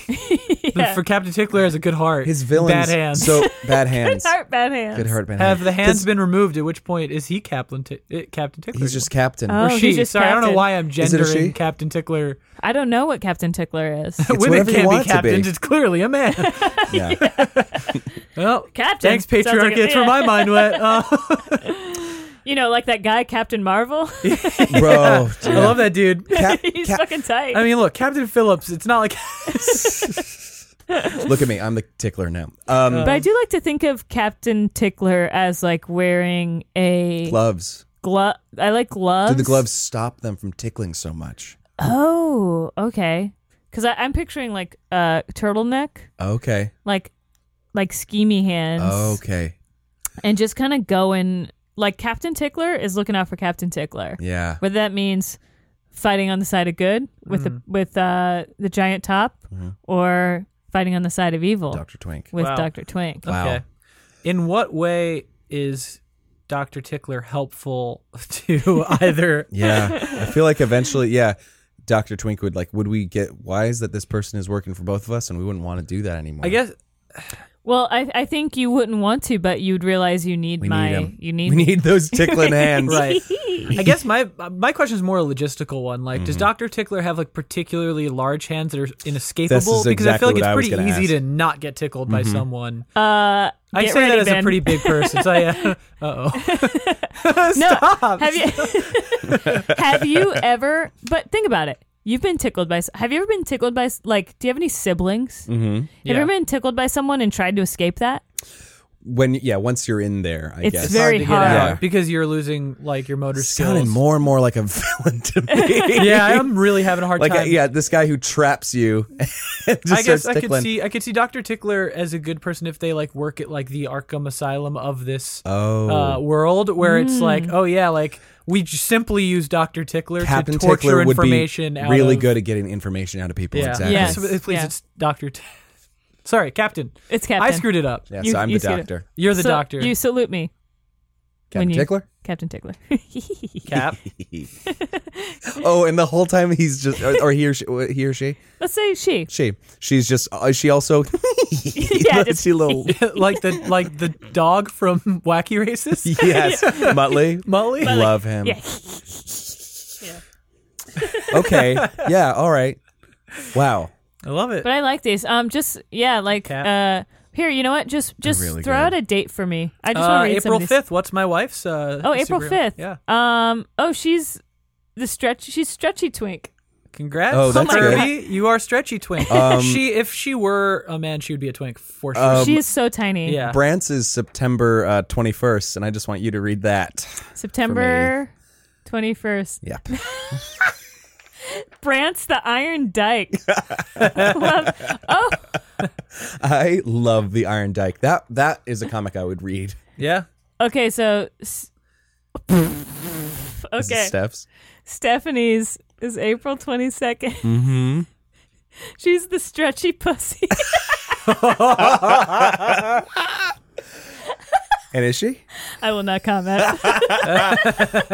Yeah. For Captain Tickler has a good heart. His villains. Bad hands. So bad hands. Heart bad hands. Good heart. Bad Have the hands. hands been removed? At which point is he Captain, Ti- uh, Captain Tickler? He's just captain. Oh, Or he's she. just Sorry, I don't captain. know why I'm Is it a she? gendering Captain Tickler. I don't know what Captain Tickler is. Women whatever you can't want it be to be. captains. It's clearly a man. yeah. well, Captain. thanks, Sounds patriarchy. like a- That's where yeah. my mind went. Uh, You know, like that guy, Captain Marvel. bro. I love that dude. Cap, He's Cap- fucking tight. I mean, look, Captain Phillips. It's not like look at me. I'm the tickler now. Um, but I do like to think of Captain Tickler as like wearing a gloves. glove. I like gloves. Do the gloves stop them from tickling so much? Oh, okay. Because I'm picturing like a uh, turtleneck, Okay. like like schemy hands, Okay. and just kind of going like Captain Tickler is looking out for Captain Tickler. Yeah. Whether that means fighting on the side of good with the Mm-hmm. with uh, the giant top, or fighting on the side of evil Dr. Twink. with Wow. Doctor Twink. Wow. Okay. In what way is Dr. Tickler helpful to either? Yeah. I feel like eventually, yeah, Dr. Twink would like, would we get wise that this person is working for both of us and we wouldn't want to do that anymore? I guess Well, I, I think you wouldn't want to, but you'd realize you need we my need him. you we need those tickling hands. right. I guess my my question is more a logistical one. Like, Mm-hmm. does Dr. Tickler have like particularly large hands that are inescapable? because I feel exactly like what it's I was pretty gonna easy ask. Mm-hmm. to not get tickled by someone. Uh, I get say ready, that as ben. a pretty big person. So yeah. Uh oh. Stop. Have you have you ever? But think about it. You've been tickled by. s- Have you ever been tickled by s- like? Do you have any siblings? Mm-hmm. Have Yeah. you ever been tickled by someone and tried to escape that? When, yeah, once you're in there, I It's guess. very- to get hard. out Yeah. because you're losing like your motor It's sounding skills. more and more like a villain to me. yeah, I'm really having a hard Like, time. uh, yeah, this guy who traps you and just I guess starts I tickling. could see I could see Doctor Tickler as a good person if they like work at like the Arkham Asylum of this oh. uh, world where Hmm. it's like oh yeah like we j- simply use Doctor Tickler to Captain torture Tickler would be information out really of, good at getting information out of people. yeah Exactly. Yes. So, please yeah. it's Doctor T- sorry Captain. It's Captain. I screwed it up Yeah, You- so I'm you the see it. doctor. you're the So doctor You salute me, Captain you- Tickler? Captain Tickler. Cap oh, and the whole time he's just, or, or he or she, he or she, Let's say she. she, she's just, uh, she also, Yeah, just- she little, like the like the dog from Wacky Races yes, Muttley, Molly love him. Yeah. Okay, yeah, all right, wow, I love it But I like these. Um, just yeah, like Cap. uh, here. You know what? Just just really throw out good. a date for me. I just uh, want to read some April of these. fifth what's my wife's uh, Oh, April superhero? fifth. yeah Um. Oh, she's the stretch. She's stretchy twink. Congrats, Oh, that's good. Um, Kirby. You are stretchy twink. she, if she were a man, she would be a twink for sure. Oh. she is so tiny. yeah. Brant's is September uh, 21st, and I just want you to read that. September twenty first. Yep. Brant's the Iron Dyke. Love- oh, I love the Iron Dyke. That that is a comic I would read. yeah. okay. So, s- Is it okay. Steph's. Stephanie's is April twenty Mm-hmm. She's the stretchy pussy. And is she? I will not comment.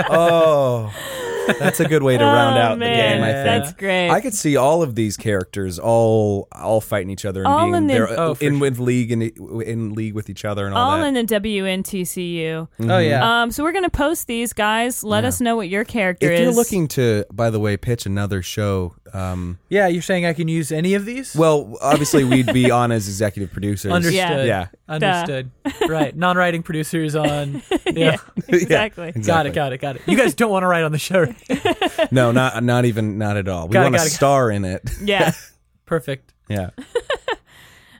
Oh, that's a good way to round Oh, man, out the game. I think. that's great. I could see all of these characters all all fighting each other and All being in the- there Oh, for in sure. with league and in league with each other and all, all that. in the WNTCU. Oh Mm-hmm. yeah. Um, so we're gonna post these guys. Let us know what your character is. if you're looking to, by the way, pitch another show, um, yeah. You're saying I can use any of these? well, obviously we'd be on as executive producers. Understood. Yeah. Yeah. Understood. right. Non-writing producers on. Yeah. exactly. Got exactly. it. Got it. Got it. You guys don't want to write on the show. right? No, not not even not at all. We Got it, want to got it, got it. star in it. Yeah. Perfect. Yeah.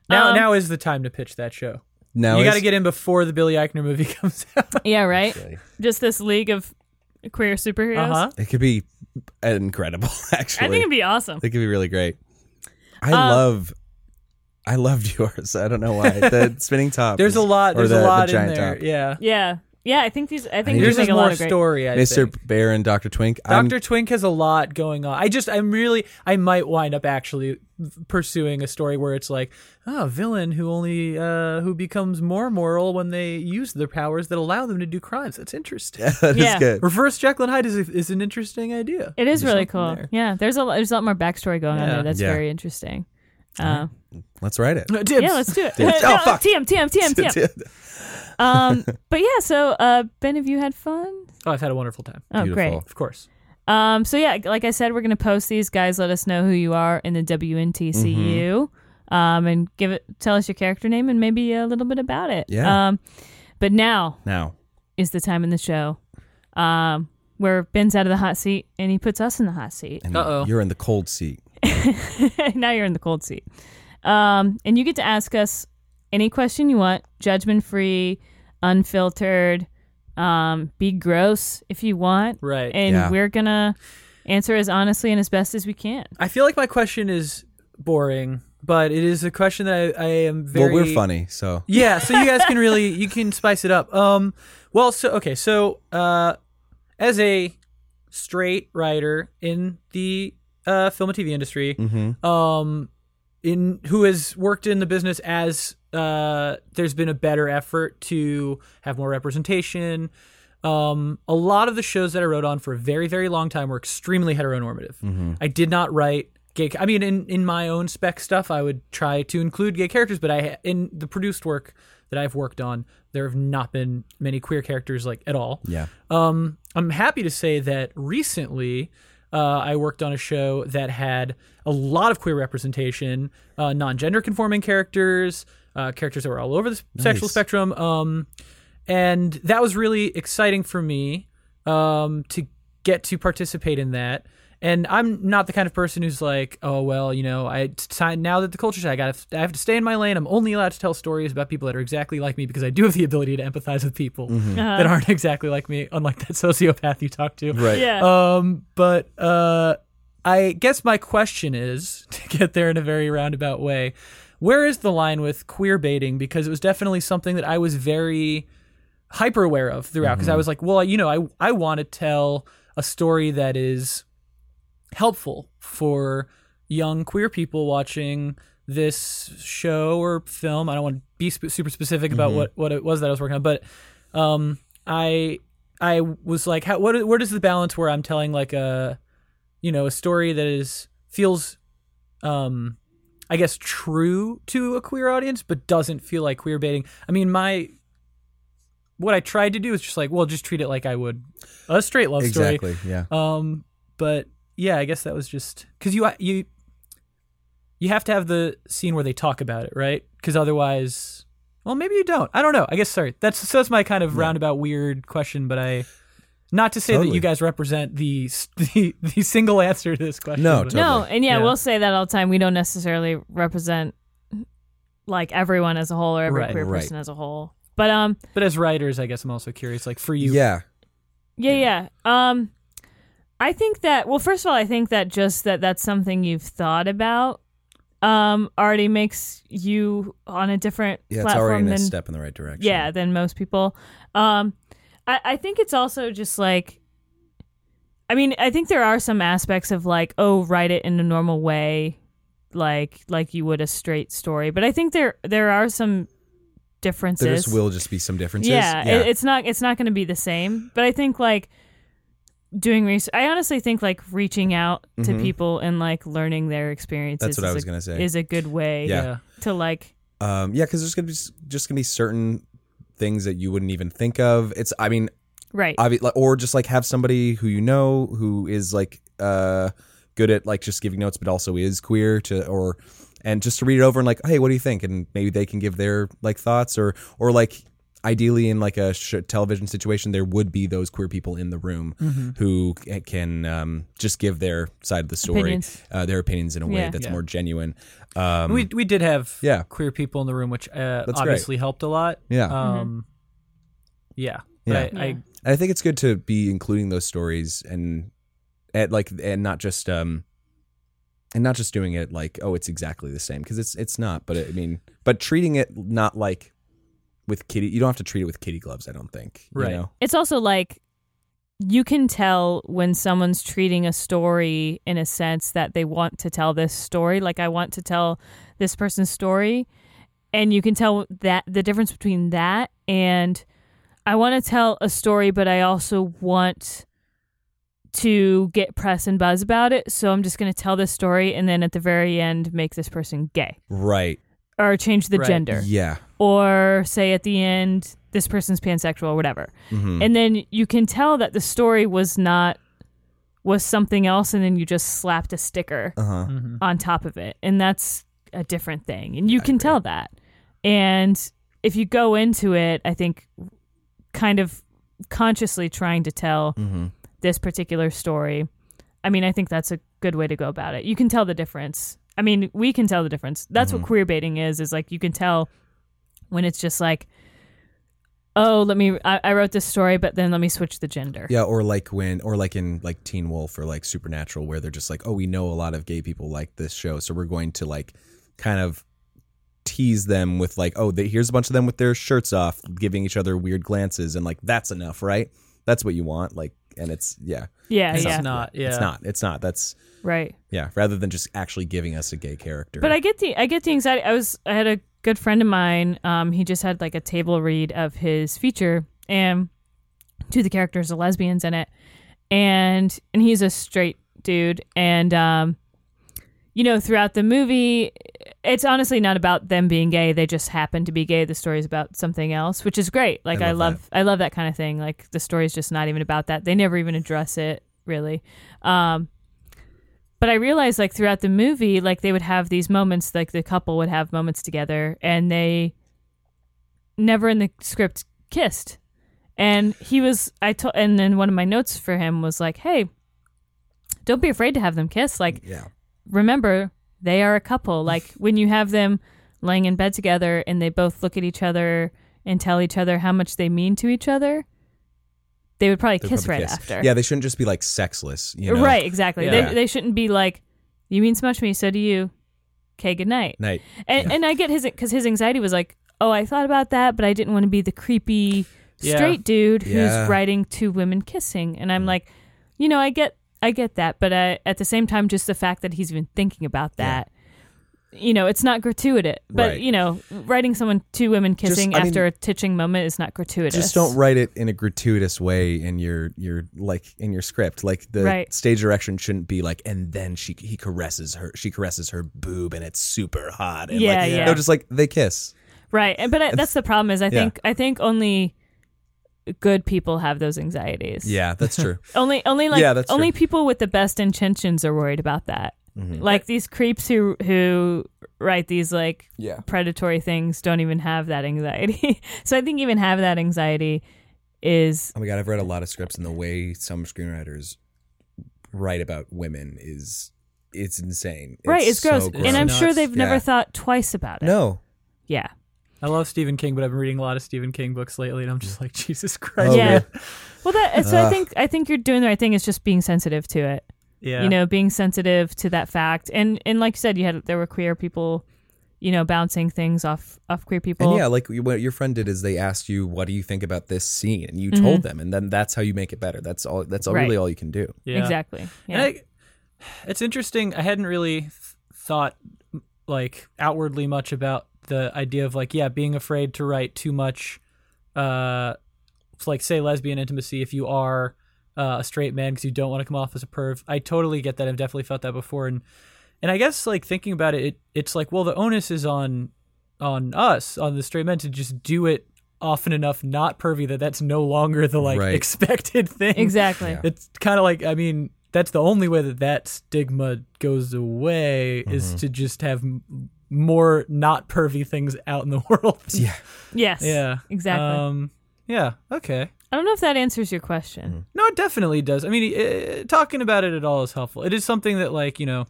Now, Um, now is the time to pitch that show. Now you got to it's- get in before the Billy Eichner movie comes out. Yeah. Right. Just this league of queer superheroes. Uh huh. It could be incredible. Actually, I think it'd be awesome. It could be really great. I Um, love, I loved yours. I don't know why the spinning top. There's is- a lot. or There's the- a the lot in giant there. top. Yeah. Yeah. Yeah. I think these. I think need these Yours is make a lot more of great. story. I Mr. think. Bear and Doctor Twink. I'm- Doctor Twink has a lot going on. I just, I'm really, I might wind up actually pursuing a story where it's like, oh, a villain who only, uh, who becomes more moral when they use their powers that allow them to do crimes. That's interesting. that is Yeah. good. Reverse Jekyll and Hyde is, is an interesting idea. It is something really cool. there. Yeah. There's a lot, there's a lot more backstory going on Yeah. there. That's Yeah. very interesting. Uh, Let's write it. Uh, Dibs. yeah. Let's do it. Dude. No, Oh, fuck. TM. TM. TM. TM. um. But yeah. So uh, Ben, have you had fun? oh, I've had a wonderful time. Oh, great. Beautiful. Of course. Um, so yeah, like I said, we're gonna post these guys. Let us know who you are in the WNTCU, um, and give it, tell us your character name and maybe a little bit about it. Yeah. Um, but now Now, is the time in the show, um, where Ben's out of the hot seat and he puts us in the hot seat. and Uh-oh. you're in the cold seat. now you're in the cold seat, um, and you get to ask us any question you want, judgment free, unfiltered. Um, be gross if you want, Right. and Yeah. we're gonna answer as honestly and as best as we can. I feel like my question is boring, but it is a question that I, I am very. Well, we're funny, so Yeah, so you guys can really you can spice it up. Um, well, so okay, so uh, as a straight writer in the uh, film and TV industry, um, in who has worked in the business as uh, there's been a better effort to have more representation. Um, a lot of the shows that I wrote on for a very, very long time were extremely heteronormative. I did not write gay. I mean, in, in my own spec stuff, I would try to include gay characters, but I in the produced work that I've worked on, there have not been many queer characters like at all. yeah. Um, I'm happy to say that recently uh, I worked on a show that had a lot of queer representation, uh, non gender conforming characters, uh, characters that were all over the s- sexual spectrum. Um, and that was really exciting for me um, to get to participate in that. And I'm not the kind of person who's like, oh well, you know, I it's time now that the culture's I got to I have to stay in my lane. I'm only allowed to tell stories about people that are exactly like me because I do have the ability to empathize with people that aren't exactly like me, unlike that sociopath you talked to. Right. Yeah. Um, but uh, I guess my question is to get there in a very roundabout way. Where is the line with queer baiting? Because it was definitely something that I was very hyper aware of throughout. Because I was like, well, you know, I I want to tell a story that is helpful for young queer people watching this show or film. I don't want to be sp- super specific about what what it was that I was working on, but um, I I was like, how, what where does the balance where I'm telling like a you know a story that is feels um I guess true to a queer audience but doesn't feel like queer baiting. I mean, my what I tried to do is just like, well, just treat it like I would a straight love story. Exactly. Yeah. Um, but yeah, I guess that was just because you you you have to have the scene where they talk about it, right? Because otherwise, well, maybe you don't. I don't know. I guess sorry. That's so that's my kind of roundabout weird question, but I Not to say that Totally. you guys represent the s- the, the single answer to this question. No, but- totally. No, and yeah, Yeah. we'll say that all the time. We don't necessarily represent like everyone as a whole or every Right. queer Right. person as a whole. But um, but as writers, I guess I'm also curious. Like for you, yeah. yeah, yeah. Um, I think that well, first of all, I think that just that that's something you've thought about um already makes you on a different Yeah, it's platform already a than step in the right direction. yeah than most people um I, I think it's also just like i mean i think there are some aspects of like oh write it in a normal way like like you would a straight story but i think there there are some differences There just will just be some differences. yeah, It, it's not it's not going to be the same. But I think like doing research. I honestly think like reaching out to Mhm. people and like learning their experiences. That's what is I was a- gonna say. Is a good way. Yeah. To like um, yeah, because there's gonna be s- just gonna be certain things that you wouldn't even think of. It's, I mean, right. obvi- like- or just like have somebody who you know who is like uh good at like just giving notes but also is queer to or and just to read it over and like hey what do you think and maybe they can give their like thoughts or or like ideally in like a sh- television situation there would be those queer people in the room Mm-hmm. who c- can um, just give their side of the story Opinions. uh, their opinions in a way Yeah. that's Yeah. more genuine um, we we did have Yeah. queer people in the room, which uh, That's great. obviously helped a lot. Yeah. uh, Um, yeah. Yeah. But I, I And I think it's good to be including those stories and at like and not just um and not just doing it like oh it's exactly the same because it's it's not but I mean but treating it not like with kitty you don't have to treat it with kitty gloves I don't think you Right. know? It's also like you can tell when someone's treating a story in a sense that they want to tell this story. Like I want to tell this person's story, and you can tell that the difference between that and I want to tell a story, but I also want to get press and buzz about it. So I'm just going to tell this story, and then at the very end, make this person gay right or change the Right. gender yeah or say at the end this person's pansexual or whatever and then you can tell that the story was not was something else and then you just slapped a sticker uh-huh on top of it and that's a different thing and you can tell that and if you go into it i think kind of consciously trying to tell Mm-hmm. this particular story i mean i think that's a good way to go about it you can tell the difference i mean we can tell the difference that's Mm-hmm. what queer baiting is is like you can tell when it's just like oh let me I, I wrote this story but then let me switch the gender yeah or like when or like in like Teen Wolf or like Supernatural where they're just like oh we know a lot of gay people like this show so we're going to like kind of tease them with like oh the, here's a bunch of them with their shirts off giving each other weird glances and like that's enough right that's what you want like and it's yeah yeah it's Uh, yeah not. Yeah. it's not it's not that's right yeah rather than just actually giving us a gay character But I get the I get the anxiety. I was I had a good friend of mine. Um, he just had like a table read of his feature, and two of the characters are lesbians in it, and and he's a straight dude, and um, you know, throughout the movie, it's honestly not about them being gay. They just happen to be gay. The story's about something else, which is great. Like I I love love, I love that kind of thing. Like the story's just not even about that. They never even address it really. Um, but I realized like throughout the movie, like they would have these moments, like the couple would have moments together, and they never in the script kissed. And he was, I told, and then one of my notes for him was like, "Hey, don't be afraid to have them kiss. Like yeah remember they are a couple like when you have them laying in bed together and they both look at each other and tell each other how much they mean to each other they would probably They'd kiss right probably kiss. after yeah they shouldn't just be like sexless you know right exactly Yeah. they, they shouldn't be like you mean so much to me so do you okay good night night and, and i get his because his anxiety was like oh i thought about that but i didn't want to be the creepy Yeah. straight dude Yeah. Mm. who's writing two women kissing and i'm like you know i get i get that but I, at the same time just the fact that he's even thinking about that you know it's not gratuitous but Right. you know writing someone two women kissing I mean, after a titching moment is not gratuitous just don't write it in a gratuitous way in your your like in your script like the Right. stage direction shouldn't be like and then she he caresses her she caresses her boob and it's super hot and Yeah, like yeah. no just like they kiss right and but I, that's the problem is i Yeah. think i think only good people have those anxieties yeah that's true Only, only like Yeah, that's only true. Mm-hmm. people with the best intentions are worried about that. Like these creeps who who write these like yeah predatory things don't even have that anxiety. so I think even have that anxiety is Oh my god, I've read a lot of scripts, and the way some screenwriters write about women is it's insane. right. It's gross, so and I'm gross. sure they've never Yeah. thought twice about it. no. Yeah. I love Stephen King, but I've been reading a lot of Stephen King books lately, and I'm just like, Jesus Christ. yeah. man. Well, that so I Oh, Ugh. think I think you're doing the right thing. Is just being sensitive to it. yeah. You know, being sensitive to that fact, and and like you said, you had there were queer people, you know, bouncing things off off queer people. And yeah, like you- what your friend did is they asked you, "What do you think about this scene?" and you told them, and then that's how you make it better. That's all. That's all, Mm-hmm. Right. really all you can do. Yeah. Exactly. Yeah. And I, it's interesting. I hadn't really th- thought like outwardly much about the idea of like, yeah, being afraid to write too much, uh, like say lesbian intimacy if you are uh, a straight man because you don't want to come off as a perv. I totally get that. I've definitely felt that before, and and I guess like thinking about it, it it's like well, the onus is on on us on the straight men to just do it often enough, not pervy that that's no longer the like Right. expected thing exactly. Yeah. it's kind of like i mean that's the only way that that stigma goes away is to just have m- more not pervy things out in the world Yeah. Yes. yeah Exactly. um yeah okay I don't know if that answers your question. no it definitely does i mean uh, talking about it at all is helpful it is something that like you know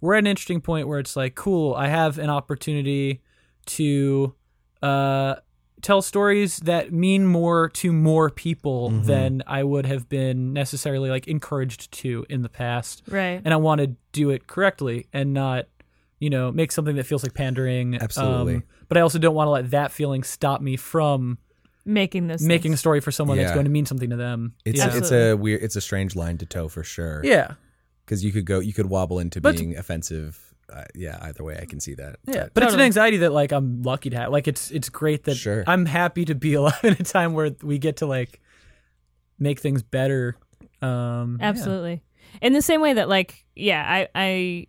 we're at an interesting point where it's like cool i have an opportunity to uh tell stories that mean more to more people than i would have been necessarily like encouraged to in the past Right. and I want to do it correctly and not, you know, make something that feels like pandering. Um, Absolutely. but I also don't want to let that feeling stop me from Making this making a story for someone that's Yeah. going to mean something to them. It's yeah. Absolutely. it's a weird, it's a strange line to toe for sure. yeah. because you could go, you could wobble into But- being offensive. Uh, yeah, either way, I can see that. Yeah, but But- it's an Totally. anxiety that like I'm lucky to have. Like it's it's great that Sure. I'm happy to be alive in a time where we get to like make things better. Um, yeah. Absolutely. In the same way that like yeah, I I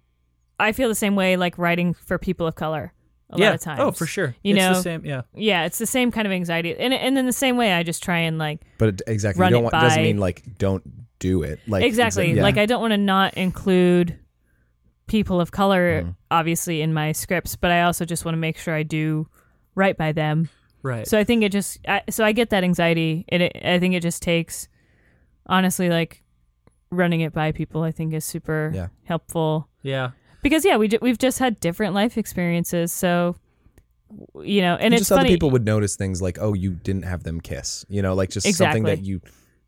I feel the same way like writing for people of color a yeah. lot of times. Oh, for sure. You it's know, the same. Yeah. Yeah, it's the same kind of anxiety. And and in the same way I just try and like But it, exactly, Run you don't it want, doesn't by- mean like don't do it. Like exactly. exa- yeah. Like I don't want to not include people of color Mm-hmm. obviously in my scripts, but I also just want to make sure I do right by them. Right. So I think it just I, so I get that anxiety. It, it I think it just takes honestly like running it by people. I think is super Yeah. helpful yeah. because yeah, we ju- we've just had different life experiences. So w- you know, and And it's just funny. other people would notice things like, oh, you didn't have them kiss. You know, like just something that Exactly. you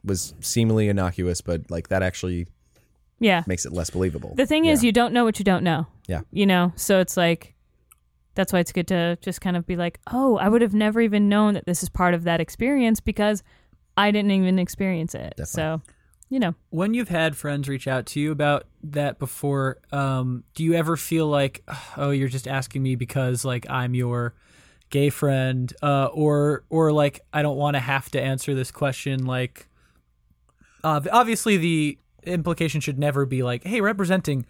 was seemingly innocuous, but like that actually yeah, makes it less believable. the thing is, you don't know what you don't know. Yeah. you know, so it's like. That's why it's good to just kind of be like, oh, I would have never even known that this is part of that experience because I didn't even experience it. So, you know, when you've had friends reach out to you about that before um, do you ever feel like oh you're just asking me because like i'm your gay friend uh, or or like i don't want to have to answer this question like ob- obviously the implication should never be like hey representing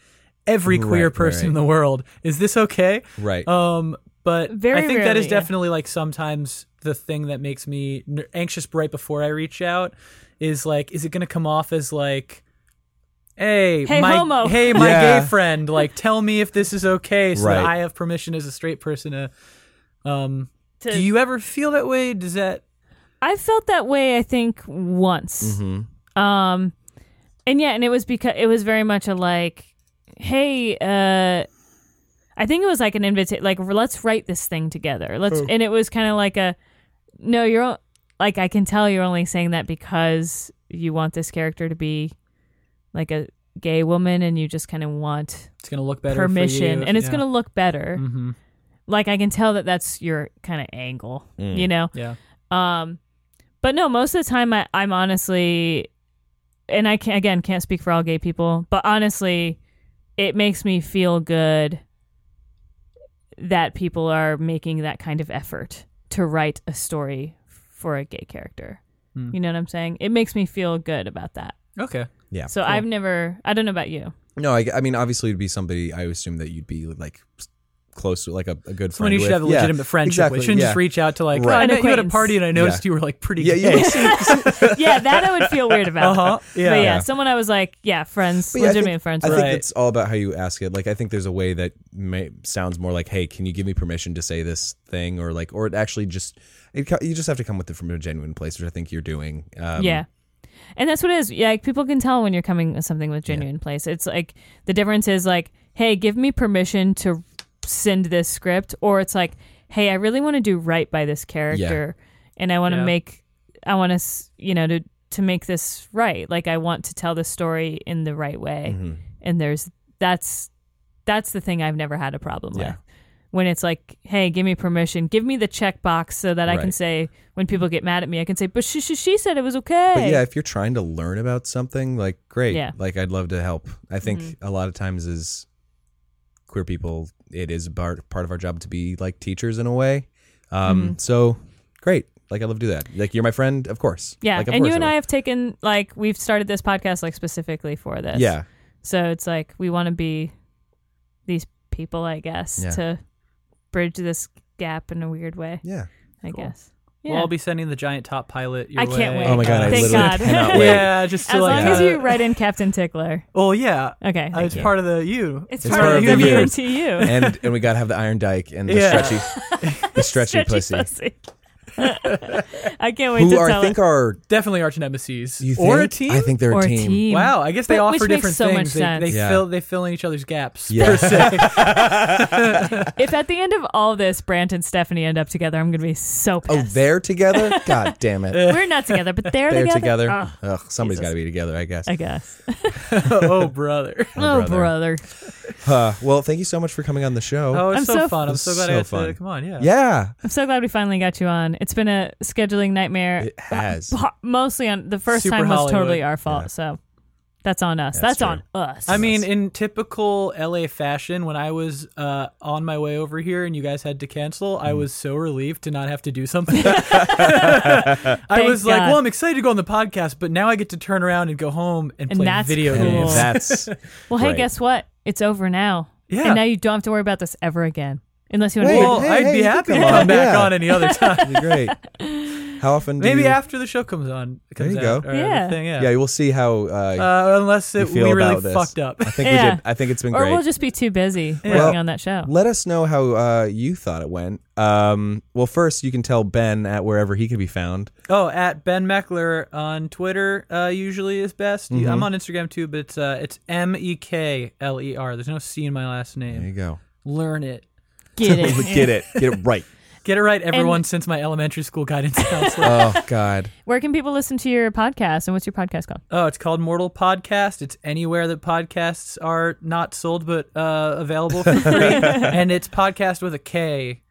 every queer Right, person right. in the world is this okay right. um, but Very I think that rarely, is yeah. definitely like sometimes the thing that makes me ner- anxious right before I reach out is like, is it going to come off as like, hey, Hey, my, homo." hey, my Yeah. gay friend, like, tell me if this is okay, so that Right. I have permission as a straight person to. Um, to- do you ever feel that way? Does that? I felt that way, I think, once. Um, and yeah, and it was because it was very much a like, hey, uh, I think it was like an invitation, like let's write this thing together. Let's, and it was kind of like a, no, you're o- like I can tell you're only saying that because you want this character to be like a gay woman, and you just kind of want It's gonna look better. permission, and it's gonna look better. Mm-hmm. Like I can tell that that's your kind of angle, Mm. you know. Yeah. Um, but no, most of the time I, I'm honestly, and I can again can't speak for all gay people, but honestly, it makes me feel good that people are making that kind of effort to write a story for a gay character. Hmm. You know what I'm saying? It makes me feel good about that. Okay. Yeah, so I've never, I don't know about you. No, I, I mean, obviously, it'd be somebody I would assume that you'd be like s- close to, like a, a good Someone friend. you should with. have a Yeah, legitimate friendship exactly, with. Shouldn't yeah. just reach out to like. Right. Oh, I An met you at a acquaintance. party and I noticed Yeah. you were like pretty. Yeah, gay. yeah. yeah, that I would feel weird about. Uh-huh. Yeah. But yeah, Yeah. someone I was like, yeah, friends, But yeah, I legitimate think- friends. I with. think Right. it's all about how you ask it. Like, I think there's a way that may, sounds more like, "Hey, can you give me permission to say this thing?" Or like, or it actually just It, co- you just have to come with it from a genuine place, which I think you're doing. Um, yeah. And that's what it is. Yeah, like, people can tell when you're coming with something with genuine place. It's like the difference is like, hey, give me permission to send this script, or it's like, hey, I really want to do right by this character, and I want to Yeah. make, I want to, you know, to to make this right. Like I want to tell the story in the right way, and there's that's that's the thing I've never had a problem Yeah. with. When it's like, hey, give me permission, give me the checkbox so that I can Right. say when people get mad at me, I can say, but she she, she said it was okay. But yeah, if you're trying to learn about something, like great, Yeah. Mm-hmm. like I'd love to help. I think a lot of times as queer people, it is part part of our job to be like teachers in a way. Um, Mm-hmm. So great, like I love to do that. Like you're my friend, of course. Yeah, like, of and course you and will. I have taken like we've started this podcast like specifically for this. yeah, So it's like we want to be these people, I guess, Yeah. to bridge this gap in a weird way. yeah. I Cool. guess. Well, I'll be sending the giant top pilot your I can't way. wait. Oh my God, I Thank literally God. cannot wait. Yeah, just to as like long as uh, you write in Captain Tickler. Well, yeah. Okay. Uh, thank it's you. part of the you. it's, part part of of the year. WRTU. And and we gotta have the Iron Dyke and the Yeah. stretchy, the stretchy, pussy. I can't wait Who to are, tell I think it. are Definitely arch nemesis. you or a think? team? I think they're or a team. team. Wow, I guess they But- offer which makes different so much things. They- sense. They, Yeah. fill they fill in each other's gaps Yeah. per se. If at the end of all this, Brant and Stephanie end up together, I'm going to be so Oh, pissed. they're together. God damn it, We're not together, but they're, they're together. Ugh, Ugh, somebody's Jesus. got to be together, I guess. I guess. oh brother. Oh, brother. brother. Huh. well, thank you so much for coming on the show. Oh, it's I'm so, so- fun. I'm so glad I So got fun. to come on. Yeah. Yeah, I'm so glad we finally got you on. It's been a scheduling nightmare. it has. Po- Mostly on the first Super time was Hollywood. totally our fault. So that's on us. That's, That's on us. I mean, in typical LA fashion, when I was uh, on my way over here and you guys had to cancel, Mm. I was so relieved to not have to do something. I Thank was like, God. well, I'm excited to go on the podcast, but now I get to turn around and go home and, And play that's video cool. games. That's well, hey, great. guess what? It's over now. Yeah. And now you don't have to worry about this ever again, unless you want Wait, to. Well, hey, I'd hey, be you happy to can come come on. back Yeah. on any other time. that'd be great. How often? Do Maybe you, after the show comes on. Comes you out, go. or Yeah. the Thing, yeah. Yeah, we'll see how uh, Uh, unless you it, feel we about really this. fucked up. I think Yeah. we did. I think it's been Or great. we'll just be too busy Yeah. working Well, on that show. Let us know how uh, you thought it went. Um, well, first you can tell Ben at wherever he can be found. Oh, at Ben Meckler on Twitter uh, usually is best. You- Mm-hmm. I'm on Instagram too, but it's uh, it's M E K L E R. There's no C in my last There you name. go. Learn it. Get it. Get it. Get it right. Get it right, everyone. since my elementary school guidance counselor. Oh God. Where can people listen to your podcast? And what's your podcast called? oh, it's called Mortal Podcast. It's anywhere that podcasts are not sold but uh, available for free, and it's podcast with a K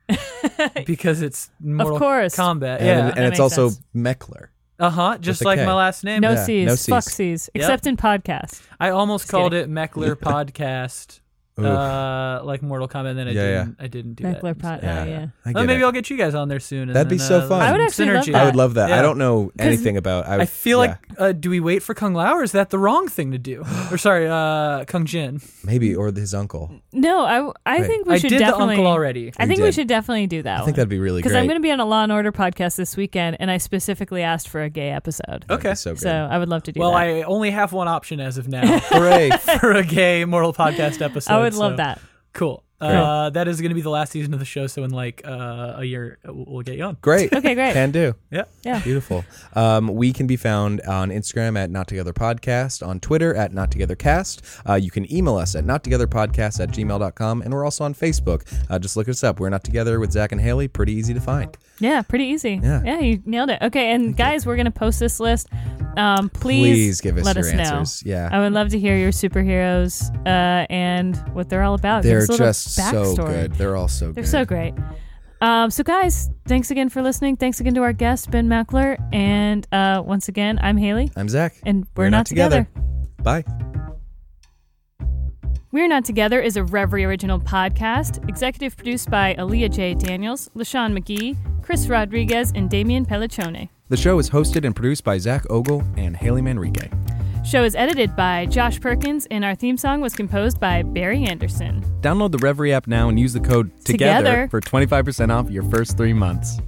because it's Mortal course. Combat. And, Yeah. and that it's makes also sense. Meckler. Uh huh. Just a like K. my last name. No Yeah, C's, no fuck Cs. C's, except in podcast. I almost called kidding. it Meckler Podcast, uh, like Mortal Kombat, and then I Yeah, yeah. didn't. I didn't do Meckler that. pod. Yeah. Yeah. yeah. I Well, get maybe it. I'll get you guys on there soon. and That'd be then, so uh, fun. I would actually love synergy. that. I would love that. Yeah. I don't know 'Cause anything about. I, would, I feel yeah. like uh, do we wait for Kung Lao or is that the wrong thing to do? or sorry, uh, Kung Jin. maybe or his uncle. No, I, I Right. think we I should did the definitely. uncle already. I We think we did. should definitely do that. I think that'd be really great. because I'm going to be on a Law and Order podcast this weekend, and I specifically asked for a gay episode. Okay. That'd be so good. So I would love to do Well, that. I only have one option as of now Hooray! for a gay Mortal Podcast episode. I would love so- that. Cool. Uh, that is going to be the last season of the show. So in like uh, a year, we'll we'll get you on. Great. Okay, great. Can do. Yeah. Yeah. Beautiful. Um, we can be found on Instagram at Not Together Podcast, on Twitter at Not Together Cast. Uh, you can email us at nottogetherpodcast at gmail.com, and we're also on Facebook. Uh, just look us up. We're Not Together with Zach and Haley. Pretty easy to find. Yeah, pretty easy. Yeah. you nailed it. Okay, and guys, we're going to post this list. Um, please, Please give us let your us answers. Know. Yeah. I would love to hear your superheroes uh, and what they're all about. Give They're us a little just so backstory. good. They're all so They're good. so great. Um, so, guys, thanks again for listening. Thanks again to our guest, Ben Mackler. And uh, once again, I'm Haley, I'm Zach. and we're, not, together. Bye. We're Not Together is a Reverie original podcast, executive produced by Aaliyah J. Daniels, LaShawn McGee, Chris Rodriguez, and Damian Pelliccione. The show is hosted and produced by Zach Ogle and Haley Manrique. Show is edited by Josh Perkins, and our theme song was composed by Barry Anderson. Download the Reverie app now and use the code Together. TOGETHER, for 25% off your first three months.